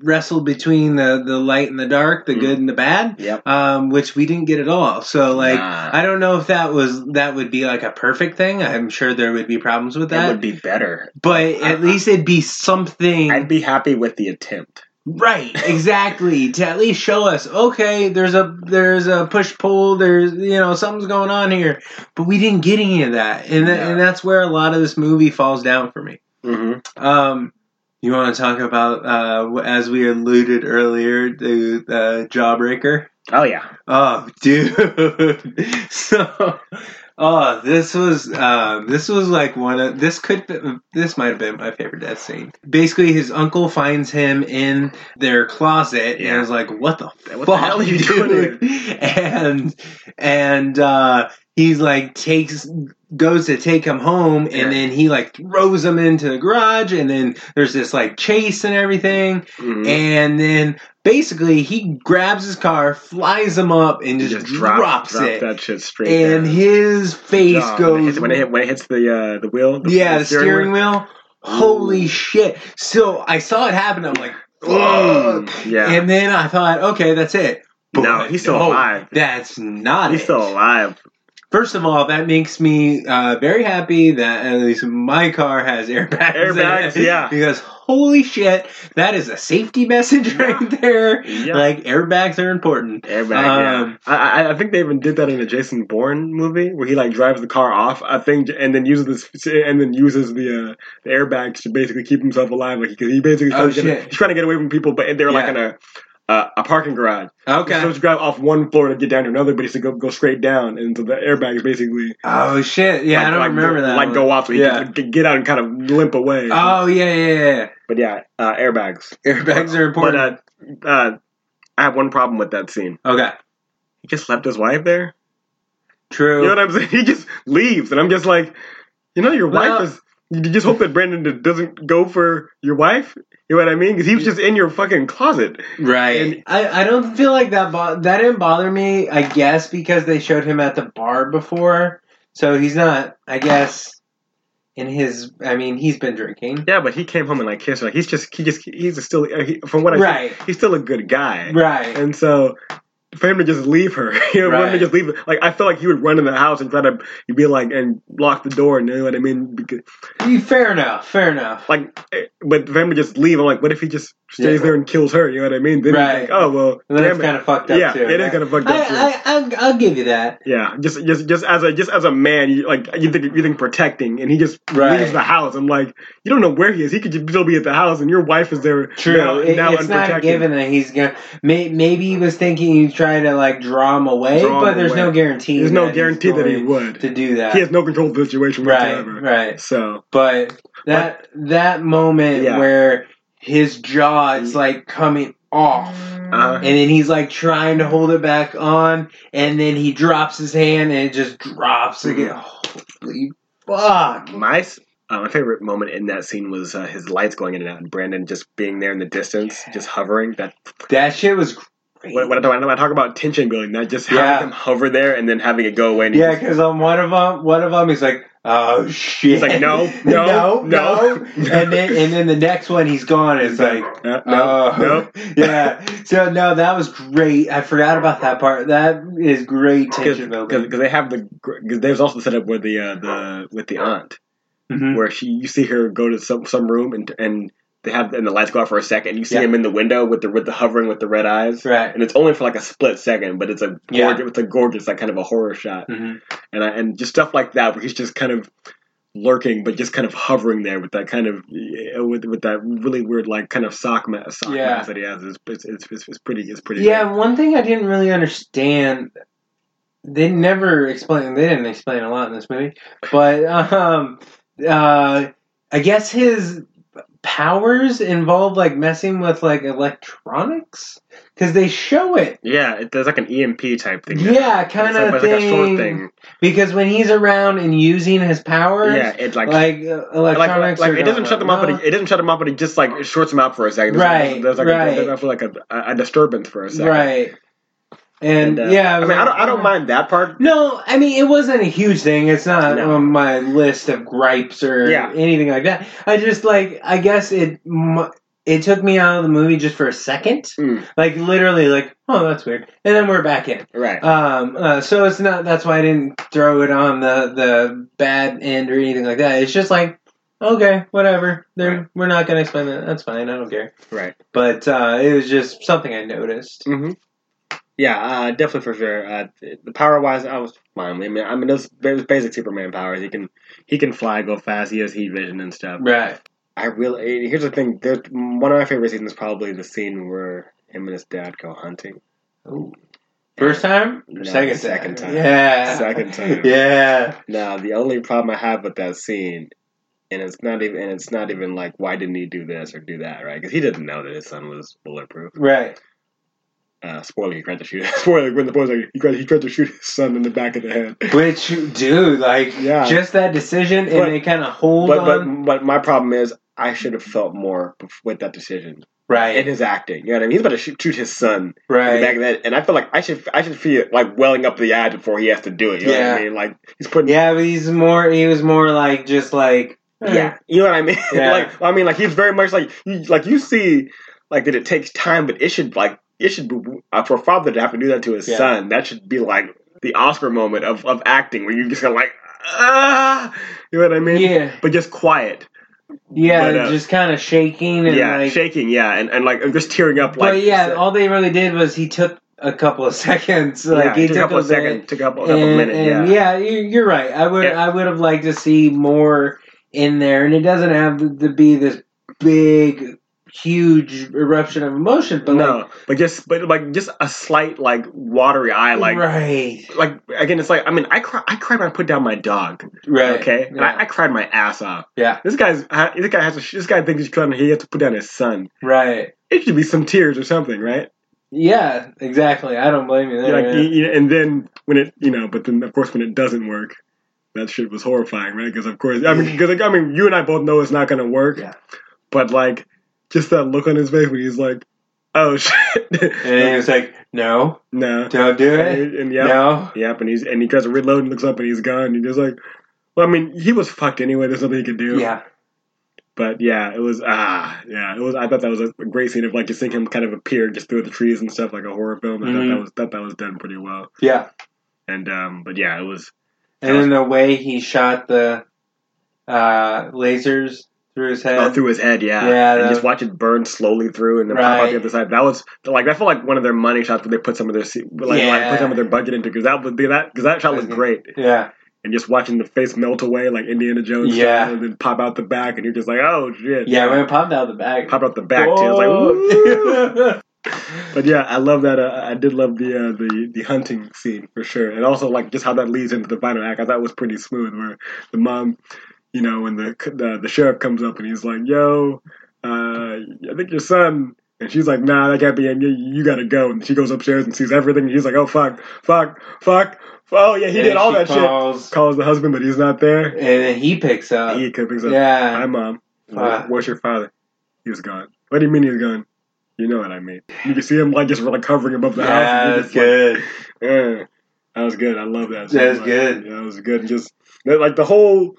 S2: wrestled between the, the light and the dark, the
S1: Mm.
S2: good and the bad,
S1: Yep.
S2: um, which we didn't get at all. So like.
S1: Nah,
S2: I don't know if that was that would be like a perfect thing. I'm sure there would be problems with
S1: that
S2: that,
S1: would be better.
S2: but at least it'd be something.
S1: I'd be happy with the attempt.
S2: Right, exactly. to at least show us, okay, there's a there's a push pull, there's you know something's going on here, but we didn't get any of that, and that,
S1: No.
S2: and that's where a lot of this movie falls down for me.
S1: Mm-hmm.
S2: Um, you want to talk about uh, as we alluded earlier to the uh, Jawbreaker?
S1: Oh yeah,
S2: Oh, dude. so, oh, this was um, this was like one of this could be, this might have been my favorite death scene. Basically, his uncle finds him in their closet and
S1: Yeah.
S2: is like, "What the
S1: what the
S2: fuck
S1: hell are you
S2: dude?"
S1: doing?
S2: And and uh, he's like takes goes to take him home,
S1: Yeah.
S2: and then he like throws him into the garage, and then there's this like chase and everything.
S1: hmm
S2: And then basically he grabs his car, flies him up, and just, drops, it.
S1: that shit straight.
S2: And
S1: down.
S2: his face
S1: Jaw, when it
S2: goes
S1: hits- when it, hit, when it hits the uh, the wheel.
S2: Yeah, the steering wheel. Holy
S1: Ooh.
S2: shit. So I saw it happen, I'm like,
S1: Mm,
S2: "Ugh."
S1: yeah.
S2: And then I thought, okay, that's it.
S1: No, he's still alive.
S2: That's not
S1: He's
S2: it.
S1: still alive.
S2: First of all, that makes me uh, very happy that at least my car has airbags. in it.
S1: Airbags, yeah.
S2: Because holy shit, that is a safety message right there.
S1: Yeah.
S2: Like airbags are important.
S1: Airbag,
S2: Um,
S1: yeah. I, I- I think they even did that in a Jason Bourne movie where he like drives the car off, I think, and then uses this and then uses the uh, the airbags to basically keep himself alive. Like he, he basically
S2: Oh,
S1: trying to get,
S2: shit.
S1: he's trying to get away from people, but they're like
S2: Yeah.
S1: in a uh, a parking garage. He's
S2: Okay.
S1: supposed to drive off one floor to get down to another, but he's to go, go straight down, and so the airbags basically
S2: Oh shit. Yeah,
S1: like,
S2: I don't
S1: like,
S2: remember
S1: go,
S2: that.
S1: like
S2: one.
S1: go off so he
S2: Yeah.
S1: can, can get out and kind of limp away.
S2: Oh yeah, yeah, yeah.
S1: but yeah, uh, airbags.
S2: Airbags are
S1: But
S2: important.
S1: uh, uh, I have one problem with that scene.
S2: okay.
S1: He just left his wife there.
S2: True.
S1: You know what I'm saying? He just leaves, and I'm just like, you know, your
S2: Well-
S1: wife is. You just hope that Brandon doesn't go for your wife. You know what I mean? Because he was just in your fucking closet.
S2: right.
S1: And-
S2: I, I don't feel like that bo- that didn't bother me, I guess, because they showed him at the bar before. So he's not, I guess, in his I mean, he's been drinking.
S1: Yeah, but he came home and like kissed her. Like he's just, he just, he's still. He, from what I see,
S2: Right.
S1: he's still a good guy.
S2: Right.
S1: And so for him to just leave her, you know, for him
S2: Right.
S1: to just leave, like I feel like he would run in the house and try to he'd be like and lock the door. You know what I mean? Because,
S2: Fair enough. Fair enough.
S1: like, eh, but for him to just leave, I'm like, what if he just stays
S2: Yeah.
S1: there and kills her? You know what I mean? Then
S2: Right.
S1: he's like, oh well,
S2: And that's
S1: damn it.
S2: kind of fucked up
S1: yeah,
S2: too.
S1: it is kind of fucked up. too.
S2: I, I, I'll, I'll give you that.
S1: yeah, just just just as a just as a man, you, like you think you think protecting, and he just
S2: Right.
S1: leaves the house. I'm like, you don't know where he is. He could just still be at the house, and your wife is there
S2: True.
S1: now,
S2: It-
S1: now
S2: it's not a
S1: unprotected.
S2: given that he's gonna. May, maybe he was thinking he'd try to like draw him away,
S1: Draw him
S2: but there's
S1: away.
S2: no guarantee.
S1: There's no
S2: that he's
S1: guarantee that he
S2: going
S1: would.
S2: to do that.
S1: He has no control of the situation
S2: right,
S1: whatsoever.
S2: right.
S1: So
S2: But that that moment
S1: Yeah. Mm.
S2: where his jaw is like coming off,
S1: Uh,
S2: and then he's like trying to hold it back on, and then he drops his hand and it just drops again.
S1: Mm.
S2: Holy fuck!
S1: my s- uh, my favorite moment in that scene was uh, his lights going in and out, and Brandon just being there in the distance, just hovering. That
S2: That shit was
S3: great.
S1: When, when, I, when I talk about tension building, not just having
S2: Yeah.
S1: them hover there and then having it go away. And
S2: Yeah,
S1: he's-
S2: because on one of them, one of them, he's like, "Oh shit!"
S1: He's like, "No, no, no."
S2: and then and then the next one, he's gone. It's like,
S1: no, uh, no,
S2: "Oh,
S1: no.
S2: yeah." So no, that was great. I forgot about that part. That is great tension building.
S1: Because they have the because there's also the setup where the uh, the with the aunt
S2: Mhm.
S1: where she you see her go to some some room and and they have and the lights go out for a second. You see
S2: Yeah.
S1: him in the window with the with the hovering with the red eyes.
S2: Right.
S1: And it's only for like a split second, but it's a gorgeous,
S2: Yeah.
S1: it's a gorgeous, like kind of a horror shot,
S2: Mhm.
S1: and I, and just stuff like that, where he's just kind of lurking, but just kind of hovering there with that kind of yeah, with with that really weird, like kind of sock ma sock
S2: Yeah.
S1: mask that he has. It's it's, it's, it's, it's pretty, it's pretty.
S2: Yeah. One thing I didn't really understand. They never explain. They didn't explain a lot in this movie, but um, uh, I guess his powers involve like messing with like electronics because they show it.
S1: Yeah, it, there's like an EMP type thing.
S2: Yeah, kind
S1: It's like-
S2: of
S1: it's
S2: thing.
S1: like a short thing.
S2: Because when he's around and using his powers,
S1: Yeah, it like.
S2: like,
S1: like
S2: uh,
S1: like,
S2: electronics,
S1: like,
S2: are Oh,
S1: it doesn't
S2: going,
S1: shut them up,
S2: "Well,
S1: but it, it doesn't shut them up, but it just like it shorts them out for a second. There's like-
S2: Right,
S1: there's like
S2: right.
S1: a, there's like a, a disturbance for a second.
S2: right. And,
S1: And, uh,
S2: yeah,
S1: I mean, I don't, I don't mind that part.
S2: No, I mean it wasn't a huge thing. It's not
S1: No.
S2: on my list of gripes or
S1: Yeah.
S2: anything like that. I just like I guess it mu- it took me out of the movie just for a second.
S1: Mm.
S2: Like literally, like oh that's weird, and then we're back in.
S1: Right.
S2: Um, uh, so it's not. That's why I didn't throw it on the the bad end or anything like that. It's just like, okay, whatever. They're, We're not gonna explain that. That's fine. I don't care.
S1: Right.
S2: But uh, it was just something I noticed.
S1: hmm Yeah, uh, definitely for sure. Uh, th- the power wise, I was fine. I mean, I mean, those those basic Superman powers. He can he can fly, go fast. He has heat vision and stuff.
S2: Right.
S1: I really here's the thing. There's one of my favorite scenes is probably the scene where him and his dad go hunting.
S2: Ooh. First time. Or
S1: No,
S2: second.
S1: second time.
S2: Yeah.
S1: Second time.
S2: Yeah.
S1: Now, the only problem I have with that scene, and it's not even and it's not even like why didn't he do this or do that, right? Because he didn't know that his son was bulletproof.
S2: Right.
S1: Uh, spoiler: he tried to shoot. spoiler: when the boys are he tried, he tried to shoot his son in the back of the head.
S2: Which, dude, like,
S1: Yeah.
S2: just that decision, and
S1: But-
S2: they kind of hold
S1: but,
S2: on.
S1: but but my problem is I should have felt more bef- with that decision in
S2: right.
S1: his acting. You know what I mean? He's about to shoot, shoot his son in the
S2: Right.
S1: back of the head, and I feel like I should I should feel like welling up the eyes before he has to do it. You know what I
S2: Yeah.
S1: mean? Like he's putting
S2: Yeah, but he's more. He was more like just like. eh,
S1: yeah. You know what I mean?
S2: Yeah.
S1: like I mean like he's very much like you, like you see like that it takes time, but it should like it should be uh, for a father to have to do that to his
S2: Yeah.
S1: son. That should be like the Oscar moment of of acting where you just go like ah, you know what I mean?
S2: eh, Yeah.
S1: But just quiet.
S2: Yeah,
S1: But, uh,
S2: just kind of shaking and
S1: yeah,
S2: like.
S1: shaking. Yeah, and, and like and just tearing up. Like,
S2: but yeah, all they really did was he took a couple of seconds. Like
S1: yeah,
S2: he
S1: took
S2: took
S1: a couple
S2: a
S1: of seconds, took a couple,
S2: bit,
S1: a couple
S2: and-
S1: minutes.
S2: and
S1: yeah.
S2: yeah, you- you're right. I would
S1: Yeah.
S2: I would have liked to see more in there, and it doesn't have to, to be this big, huge eruption of emotion. But
S1: no,
S2: like,
S1: but just but like just a slight like watery eye, like
S2: right,
S1: like again, it's like I mean, I cry, I cried when I put down my dog.
S2: right,
S1: Okay, and
S2: yeah,
S1: I, I cried my ass off.
S2: Yeah.
S1: this guy's I- this guy has to, this guy thinks he's trying to he has to put down his son.
S2: right.
S1: It should be some tears or something, right?
S2: Yeah, exactly. I don't blame you there.
S1: like,
S2: yeah.
S1: you, you- and then when it you know, but then of course when it doesn't work. That shit was horrifying, right? Because of course, I mean, because I mean, you and I both know it's not gonna work.
S2: Yeah.
S1: But like, just that look on his face when he's like, "Oh shit,
S2: and he was like, "No,
S1: no."
S2: don't do it.
S1: And, and yep,
S2: No,
S1: yep, and he's and he tries to reload and looks up and he's gone. And he's like, "Well, I mean, he was fucked anyway. There's nothing he could do."
S2: yeah,
S1: But yeah, it was ah, yeah, it was. I thought that was a great scene of like just seeing him kind of appear just through the trees and stuff, like a horror film. I thought
S2: Mhm.
S1: that was thought that was done pretty well.
S2: yeah."
S1: And um, but yeah, it was
S2: And then the way he shot the uh, lasers through his head.
S1: Oh, through his head, yeah.
S2: Yeah,
S1: and
S2: that-
S1: just watch it burn slowly through and then pop out
S2: Right.
S1: the other side. That was like I feel like one of their money shots where they put some of their se- like, like
S2: Yeah. Mm-hmm.
S1: put some of their budget into because that would be that because that shot was
S2: Okay.
S1: great.
S2: Yeah,
S1: And just watching the face melt away like Indiana Jones,
S2: Yeah.
S1: style, and then pop out the back, and you're just like, oh shit,
S2: yeah. When it popped out of the bag,
S1: pop out the back. Too. I was like, Woo!
S2: Whoa.
S1: but yeah, I love that. Uh, I did love the uh, the the hunting scene for sure, and also like just how that leads into the final act. I thought was pretty smooth, where the mom, you know, when the the, the sheriff comes up and he's like, "Yo, uh, I think your son." And she's like, nah, that can't be him. You, you gotta go. And she goes upstairs and sees everything. And he's like, oh, fuck, fuck, fuck. Oh, yeah, he did
S2: And
S1: all
S2: she
S1: that
S2: calls,
S1: shit. Calls the husband, but he's not there.
S2: and then he picks up.
S1: he could pick up.
S2: yeah,
S1: Hi, mom.
S2: Fuck.
S1: Where's your father? He was gone. What do you mean he's gone? You know what I mean. You can see him like just like covering above the house.
S2: Yeah,
S1: and
S2: that's
S1: just, like,
S2: good.
S1: Yeah, that was good. I love that. so
S2: That was
S1: much.
S2: good.
S1: Yeah, that was good. And just that, like the whole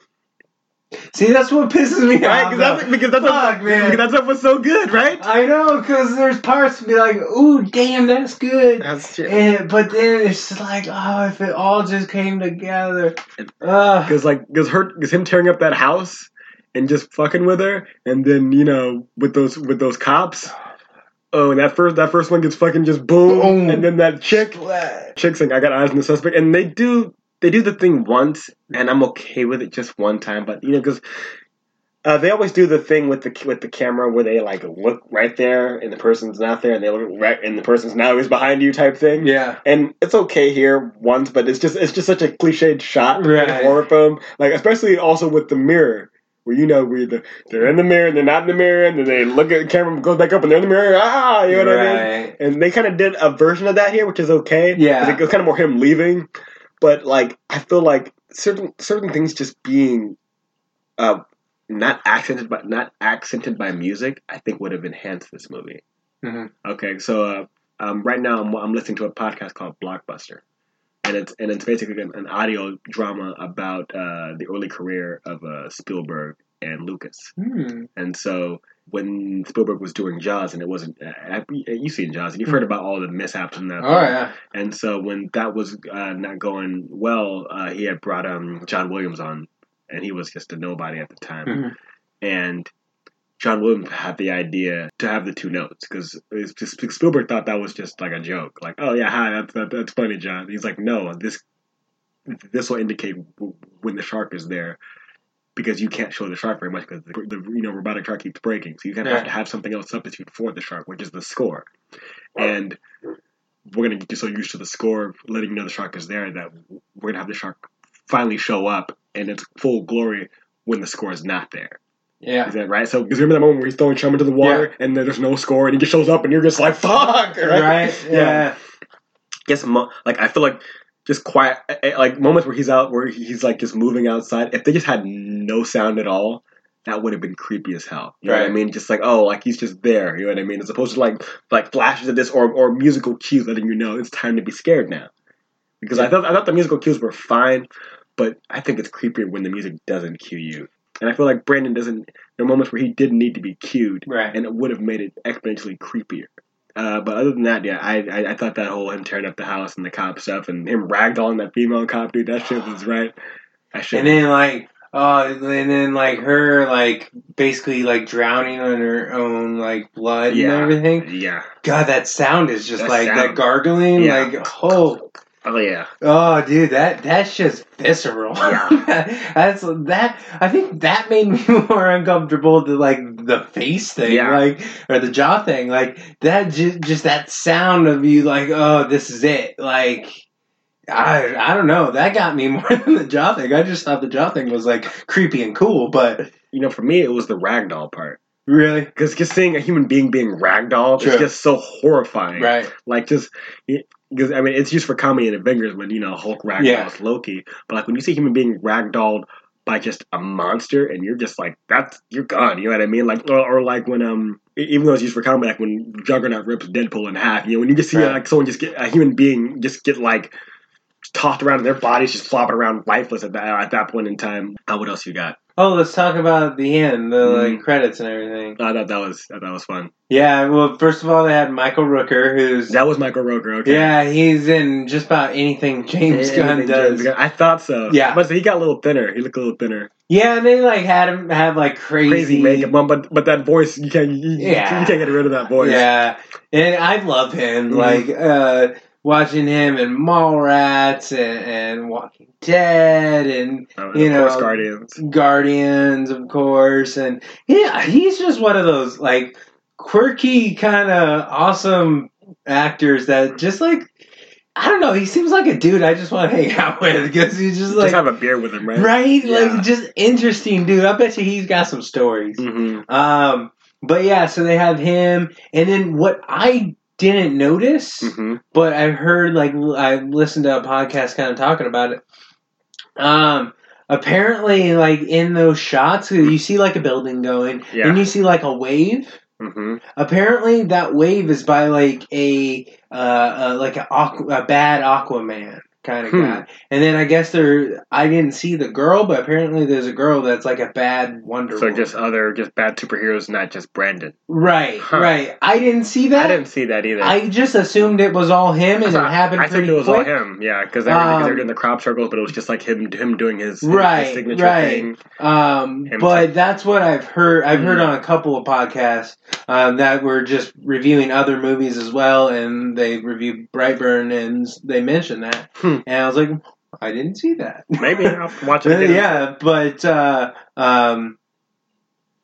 S2: See, that's what pisses me
S1: right
S2: off.
S1: because
S2: though.
S1: that's because that's
S2: Fuck,
S1: what,
S2: man.
S1: because that's what was so good, right?
S2: I know, because there's parts to be like, ooh, damn, that's good.
S1: That's
S2: And, but then it's just like, oh, if it all just came together. Uh,
S1: Because like because her because him tearing up that house and just fucking with her, and then you know with those with those cops. Oh, and that first that first one gets fucking just boom,
S2: Boom.
S1: and then that chick chick's like I got eyes on the suspect, and they do they do the thing once, and I'm okay with it just one time, but you know because. Uh, they always do the thing with the with the camera where they like look right there and the person's not there and they look right and the person's now always behind you type thing
S2: yeah.
S1: and it's okay here once, but it's just it's just such a cliched shot in a
S2: Right.
S1: horror film. Like especially also with the mirror, where you know where the, they're in the mirror, they're not in the mirror, and then they look at the camera, goes back up, and they're in the mirror. Ah, you know what I mean.
S2: right.
S1: And they kind of did a version of that here, which is okay.
S2: Yeah.
S1: 'Cause it was kind of more him leaving, but like I feel like certain certain things just being, uh, not accented but not accented by music, I think would have enhanced this movie.
S2: Mhm.
S1: Okay, so uh, um, right now I'm, I'm listening to a podcast called Blockbuster, and it's and it's basically an, an audio drama about uh, the early career of uh, Spielberg and Lucas.
S2: Hmm.
S1: And so when Spielberg was doing Jaws, and it wasn't uh, you've seen Jaws, and you've heard about all the mishaps in that.
S2: Oh, yeah.
S1: And so when that was uh, not going well, uh, he had brought um, John Williams on, and he was just a nobody at the time
S2: Mhm.
S1: and John Williams had the idea to have the two notes because just Spielberg thought that was just like a joke, like oh yeah, hi, that's that, that's funny, John. He's like, no, this this will indicate w- when the shark is there because you can't show the shark very much because the, the you know robotic shark keeps breaking, so you kind of
S2: Yeah.
S1: have to have something else substitute for the shark, which is the score, and. We're gonna get so used to the score, letting you know the shark is there, that we're gonna have the shark finally show up in its full glory when the score is not there.
S2: Yeah.
S1: Is that right? So, because remember that moment where he's throwing chum into the water and then there's no score and he just shows up and you're just like, fuck! Right?
S2: Right? Yeah.
S1: Guess, mo- like, I feel like just quiet, eh, eh, like moments where he's out, where he's like just moving outside, if they just had no sound at all, that would have been creepy as hell. You know what
S2: Right.
S1: I mean? Just like, oh, like he's just there. You know what I mean? As opposed to like like flashes of this or, or musical cues letting you know it's time to be scared now. Because I thought I thought the musical cues were fine, but I think it's creepier when the music doesn't cue you. And I feel like Brandon doesn't. There are moments where he didn't need to be cued,
S2: Right.
S1: and it would have made it exponentially creepier. Uh, but other than that, yeah, I, I I thought that whole him tearing up the house and the cop stuff and him ragdolling that female cop dude, that shit was right. I should.
S2: And then, like, uh, and then, like, her, like, basically, like, drowning on her own, like, blood
S1: Yeah.
S2: and everything.
S1: yeah.
S2: God, that sound is just
S1: That
S2: like that
S1: sound.
S2: gargling.
S1: Yeah.
S2: Like, oh,
S1: Oh yeah.
S2: Oh, dude, that that's just visceral.
S1: Yeah.
S2: that's that. I think that made me more uncomfortable than like the face thing,
S1: Yeah.
S2: like or the jaw thing, like that. Just, just that sound of you, like, oh, this is it. Like, I I don't know. That got me more than the jaw thing. I just thought the jaw thing was like creepy and cool, but
S1: You know, for me, it was the ragdoll part
S2: really,
S1: because just seeing a human being being ragdolled
S2: Sure.
S1: is just so horrifying.
S2: right?
S1: Like just because I mean, it's used for comedy and Avengers when you know Hulk ragdolls
S2: Yeah.
S1: Loki, but like when you see a human being ragdolled by just a monster, and you're just like, that's you're gone. You know what I mean? Like or, or like when um. e- Even though it's used for comedy, like when Juggernaut rips Deadpool in half, you know, when you just see
S2: Right.
S1: like someone just get a human being just get like tossed around, and their body's just flopping around lifeless at that at that point in time. Uh, what else you got?
S2: Oh, let's talk about the end, the like
S1: Mhm.
S2: credits and everything.
S1: I thought that was I thought that was fun.
S2: Yeah. Well, first of all, they had Michael Rooker, who's
S1: That was Michael Roker. Okay.
S2: Yeah, he's in just about anything James Gunn
S1: Anything
S2: does.
S1: James Gunn. I thought so.
S2: Yeah.
S1: but he got a little thinner. He looked a little thinner.
S2: Yeah, they like had him have like crazy,
S1: Crazy makeup, mom, but but that voice you can't you, you-
S2: Yeah.
S1: you can't get rid of that voice.
S2: Yeah, and I love him.
S1: Mhm.
S2: Like uh, watching him in Mallrats and, and Walking Dead and
S1: Um,
S2: You
S1: and of course,
S2: know.
S1: Guardians.
S2: Guardians, of course, and yeah, he's just one of those like quirky kind of awesome actors that just like. I don't know. He seems like a dude I just want to hang out with because he's just like
S1: Just have a beer with him, right?
S2: right?
S1: Yeah.
S2: Like just interesting, dude. I bet you he's got some stories.
S1: hmm
S2: Um, but yeah, so they have him, and then what I didn't notice,
S1: hmm
S2: but I heard like l- I listened to a podcast kind of talking about it. Um, apparently, like in those shots, you see like a building going,
S1: Yeah.
S2: and you see like a wave.
S1: Mm-hmm.
S2: Apparently, that wave is by like a uh, uh like a, aqua, a bad Aquaman kind of
S1: Hmm.
S2: guy. And then I guess there, I didn't see the girl, but apparently there's a girl that's like a bad Wonder
S1: So
S2: Woman.
S1: just other just bad superheroes, not just Brandon.
S2: right,
S1: Huh.
S2: right. I didn't see that.
S1: I didn't see that either.
S2: I just assumed it was all him, and it happened
S1: I
S2: pretty
S1: think it was
S2: quick.
S1: all him. Yeah, because they, were- 'cause they were
S2: Um,
S1: doing the crop circles, but it was just like him him doing his, his- his
S2: Right,
S1: signature
S2: right.
S1: thing.
S2: Um,
S1: Him
S2: but that's what I've heard. I've heard
S1: Mhm.
S2: on a couple of podcasts um, that were just reviewing other movies as well, and they reviewed Brightburn, and they mentioned that,
S1: Hmm.
S2: and I was like, I didn't see that.
S1: Maybe I'll watch it. Again.
S2: yeah, but uh, um,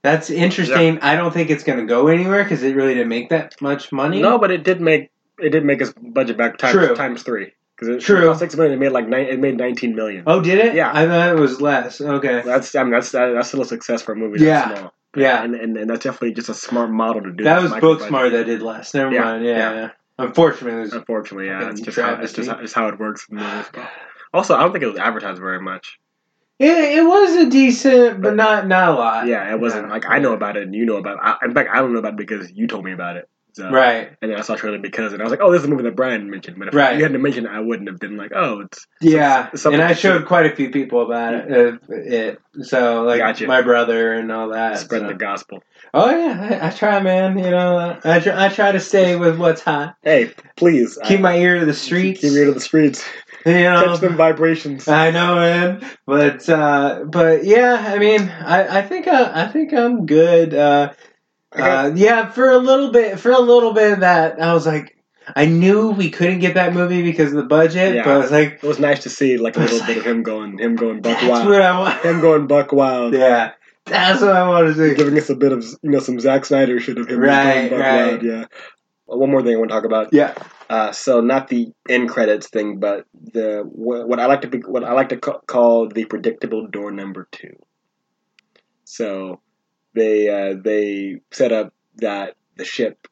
S2: that's interesting. I don't think it's going to go anywhere because it really didn't make that much money.
S1: No, but it did make it did make his budget back times
S2: True.
S1: times three because
S2: True.
S1: six million. It made like nine, it made nineteen million.
S2: Oh, did it?
S1: Yeah.
S2: I thought it was less. Okay.
S1: That's I mean that's that, that's still a success for a movie. That's
S2: Yeah.
S1: small.
S2: Yeah.
S1: and, and and that's definitely just a smart model to do.
S2: That
S1: this
S2: was
S1: micro budget.
S2: Booksmart that did less. Never
S1: Yeah,
S2: mind. Yeah.
S1: yeah.
S2: yeah. Unfortunately, it was
S1: Unfortunately, yeah,
S2: Fucking
S1: it's just how, it's just how,
S2: travesty.
S1: it's how it works. in the movies. Also, I don't think it was advertised very much.
S2: It, it was a decent, but
S1: But-
S2: not not a lot.
S1: Yeah, it wasn't
S2: Yeah.
S1: like I know about it and you know about it. I, in fact, I don't know about it because you told me about it. So,
S2: Right.
S1: And then I saw a trailer because, and I was like, oh, this is a movie that Brian mentioned. But if
S2: Right.
S1: you hadn't mentioned it, I wouldn't have been like, oh, it's.
S2: Yeah.
S1: something
S2: and I
S1: to
S2: showed
S1: see.
S2: quite a few people about it. Uh, it so like
S1: Gotcha.
S2: my brother and all that.
S1: Spreading
S2: Uh, so-
S1: the gospel.
S2: Oh yeah, I, I try, man. You know, I try, I try to stay with what's hot.
S1: Hey, please.
S2: Keep
S1: I-
S2: my Um, ear to the streets.
S1: Keep your ear to the streets.
S2: you know.
S1: Catch them vibrations.
S2: I know, man. But uh, but yeah, I mean, I, I think uh, I, I think I'm good. Uh,
S1: Okay.
S2: Uh, yeah, for a little bit, for a little bit of that, I was like, I knew we couldn't get that movie because of the budget,
S1: Yeah.
S2: but I was like,
S1: it was nice to see like a
S2: It's
S1: little bit
S2: like-
S1: of him going, him going buck
S2: that's
S1: wild,
S2: what I want.
S1: him going buck wild,
S2: yeah, that's what I want to do.
S1: giving us a bit of you know some Zack Snyder shit of him going
S2: Right,
S1: buck
S2: right.
S1: wild. Yeah. Uh, One more thing I want to talk about.
S2: Yeah,
S1: Uh, so not the end credits thing, but the what, what I like to be, what I like to ca- call the predictable door number two. So they uh, they set up that the ship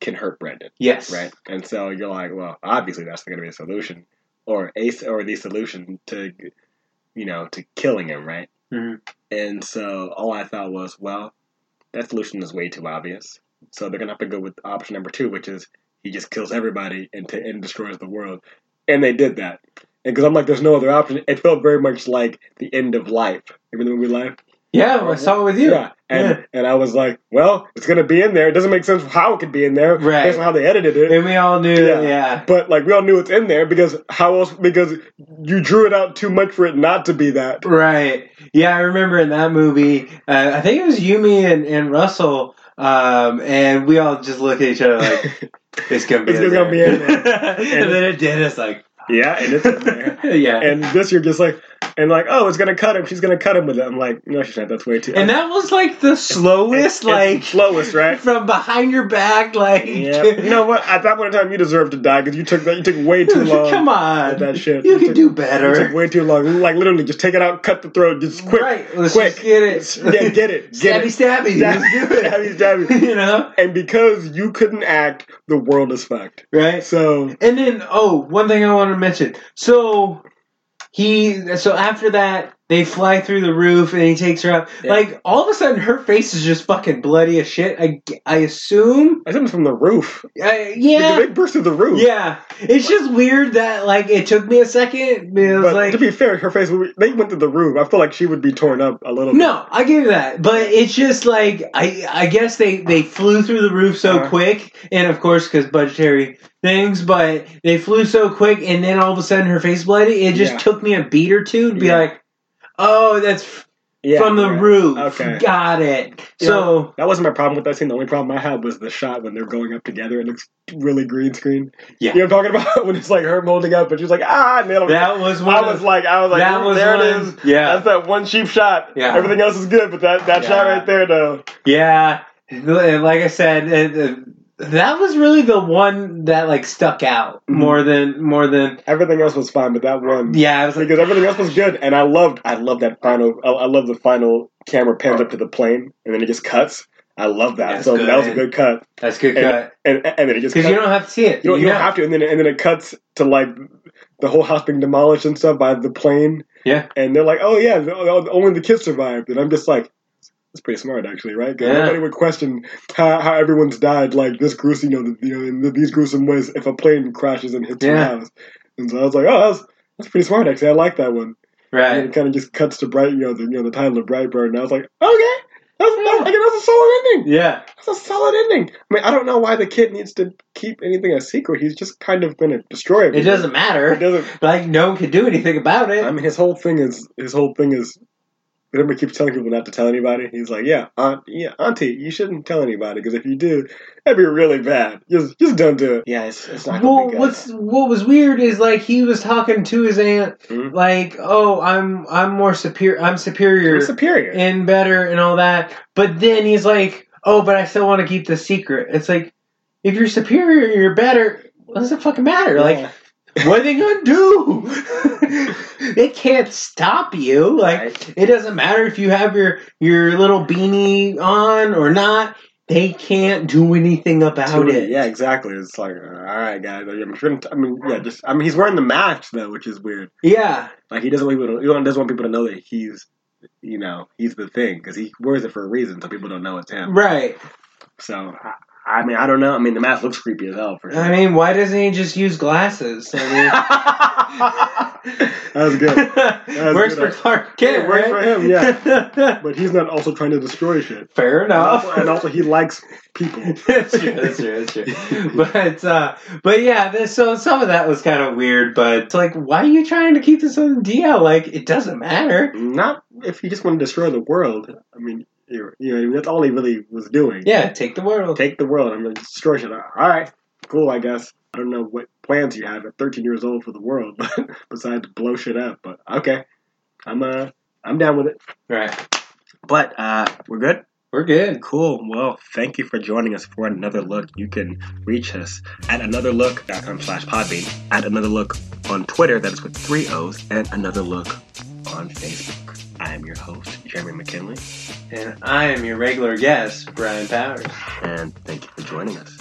S1: can hurt Brandon,
S2: yes,
S1: right? And so you're like, well, obviously that's going to be a solution, or a s- or the solution to you know to killing him, right?
S2: Mhm.
S1: And so all I thought was, well, that solution is way too obvious. So they're gonna have to go with option number two, which is he just kills everybody and t- and destroys the world. And they did that. And because I'm like, there's no other option. It felt very much like the end of life. Remember the movie Life?
S2: Yeah, I saw it with you.
S1: Yeah. And and I was like, well, it's gonna be in there. It doesn't make sense how it could be in there
S2: Right.
S1: based on how they edited it.
S2: And we all knew,
S1: Yeah.
S2: yeah, yeah,
S1: But like we all knew it's in there because how else? Because you drew it out too much for it not to be that.
S2: right. Yeah, I remember in that movie, uh, I think it was Yumi and, and Russell, um, and we all just looked at each other like, it's gonna be,
S1: It's
S2: in
S1: gonna be
S2: there.
S1: in
S2: and then it did. It's like,
S1: yeah, and it's in there.
S2: yeah.
S1: and this you're just like and like oh it's gonna cut him she's gonna cut him with it i'm like no she's not that's way too
S2: And that was like the slowest,
S1: It's
S2: like
S1: slowest right
S2: from behind your back, like
S1: yeah you know what at that point in time you deserve to die because you took that you took way too long
S2: Come
S1: with
S2: on,
S1: that shit
S2: you can
S1: took,
S2: do
S1: you took
S2: better.
S1: way too long like literally just take it out cut the throat just quick
S2: right? Let's
S1: quick
S2: just get it.
S1: yeah get it get
S2: stabby,
S1: it
S2: stabby. Let's do
S1: Stabby,
S2: it.
S1: stabby.
S2: you know,
S1: and because you couldn't act the world is fucked
S2: right?
S1: so
S2: And then, oh, one thing I want to mention. So he, so after that, they fly through the roof, and he takes her up.
S1: Yeah.
S2: Like all of a sudden, her face is just fucking bloody as shit. I, I assume,
S1: I think it's from the roof.
S2: uh, yeah.
S1: They burst through the roof.
S2: Yeah, it's just weird that like it took me a second. It was
S1: But
S2: like,
S1: to be fair, her face, would be- they went through the roof. I feel like she would be torn up a little bit.
S2: no, I give you that, but it's just like I I guess they they flew through the roof so
S1: Uh-huh.
S2: quick, and of course because budgetary things, but they flew so quick, and then all of a sudden her face bloody. It just
S1: Yeah.
S2: took me a beat or two to be
S1: Yeah.
S2: like, oh, that's f-
S1: Yeah,
S2: from the
S1: yeah.
S2: roof.
S1: Okay.
S2: Got it.
S1: Yeah.
S2: So
S1: That wasn't my problem with that scene. The only problem I had was the shot when they're going up together. It looks really green screen.
S2: Yeah.
S1: You know what I'm talking about? when it's like her holding up and she's like, ah, nailed it.
S2: that was one.
S1: I
S2: of-
S1: was like, I was like,
S2: that was
S1: there it
S2: one-
S1: is.
S2: Yeah,
S1: That's that one cheap shot.
S2: Yeah.
S1: Everything else is good, but that, that shot
S2: Yeah.
S1: right there, though.
S2: Yeah, like I said, it, it- that was really the one that like stuck out
S1: Mhm.
S2: more than more than.
S1: Everything else was fine, but that one.
S2: Yeah, I was like,
S1: Because everything else was good, and I loved, I loved that final, I, I love the final camera pans up to the plane, and then it just cuts. I love that.
S2: That's
S1: so
S2: good.
S1: that was a good cut,
S2: that's good
S1: And-
S2: cut
S1: and and then it just
S2: because
S1: cuts.
S2: you don't have to see it.
S1: You don't, you don't
S2: know.
S1: have to, and then and then it cuts to like the whole house being demolished and stuff by the plane.
S2: Yeah.
S1: and they're like, "Oh yeah, the- the- only the kids survived," and I'm just like, That's pretty smart, actually, right? 'Cause
S2: Yeah.
S1: Nobody would question how, how everyone's died like this gruesome, you know, th- you know, in th- these gruesome ways if a plane crashes and hits your
S2: Yeah.
S1: house. And so I was like, oh, that's that's pretty smart, actually. I like that one. And
S2: Right.
S1: it kind of just cuts to bright, you know, the, you know, the title of Brightburn, and I was like, okay, that's that's, like, that's a solid ending.
S2: Yeah.
S1: That's a solid ending. I mean, I don't know why the kid needs to keep anything a secret. He's just kind of going to destroy
S2: It
S1: everything.
S2: doesn't
S1: It
S2: matter.
S1: doesn't.
S2: Like no one could do anything about it.
S1: I mean, his whole thing is his whole thing is. Remember, he keeps telling people not to tell anybody. He's like, "Yeah, aunt, yeah, auntie, you shouldn't tell anybody because if you do, that'd be really bad. Just, just don't do it." Yeah, it's, it's not
S2: well,
S1: gonna be good.
S2: what's what was weird is like he was talking to his aunt,
S1: Mhm.
S2: like, "Oh, I'm I'm more superior. I'm superior
S1: You're superior.
S2: and better and all that." But then he's like, "Oh, but I still want to keep the secret." It's like, if you're superior, you're better. What does it fucking matter? Like,
S1: Yeah.
S2: what are they gonna do? they can't stop you. Like,
S1: Right.
S2: it doesn't matter if you have your your little beanie on or not. They can't do anything about
S1: To-
S2: it.
S1: Oh, Yeah, exactly. It's like, uh, all right, guys. I mean, shouldn't- I mean, yeah, just I mean, he's wearing the mask though, which is weird.
S2: yeah.
S1: Like he doesn't want people to, he doesn't want people to know that he's, you know, he's the thing because he wears it for a reason, so people don't know it's him.
S2: Right.
S1: So, I, I mean, I don't know. I mean, the mask looks creepy as hell for sure.
S2: I mean, why doesn't he just use glasses? I
S1: that was
S2: mean,
S1: good. was
S2: works
S1: good.
S2: for Clark Kent.
S1: It works
S2: right?
S1: for him,
S2: yeah.
S1: But he's not also trying to destroy shit.
S2: Fair
S1: And
S2: enough.
S1: also, and also he likes people.
S2: that's true. That's true. That's true. But uh, but yeah, this, so some of that was kind of weird. But it's like, why are you trying to keep this on the DL? Like, it doesn't matter.
S1: Not if he just want to destroy the world. I mean, you you know, that's all he really was doing.
S2: Yeah, take the world.
S1: Take the world. I'm going to destroy shit. All right, cool, I guess. I don't know what plans you have at 13 years old for the world, but besides blow shit up. But okay, I'm uh, I'm down with it.
S2: right.
S1: But uh, we're good.
S2: We're good.
S1: Cool. Well, thank you for joining us for another look. You can reach us at anotherlook.com slash podbean, at another look on Twitter, that is with three O's, and another look on Facebook. I am your host, Jeremy McKinley,
S2: And I am your regular guest, Brian Powers.
S1: and thank you for joining us.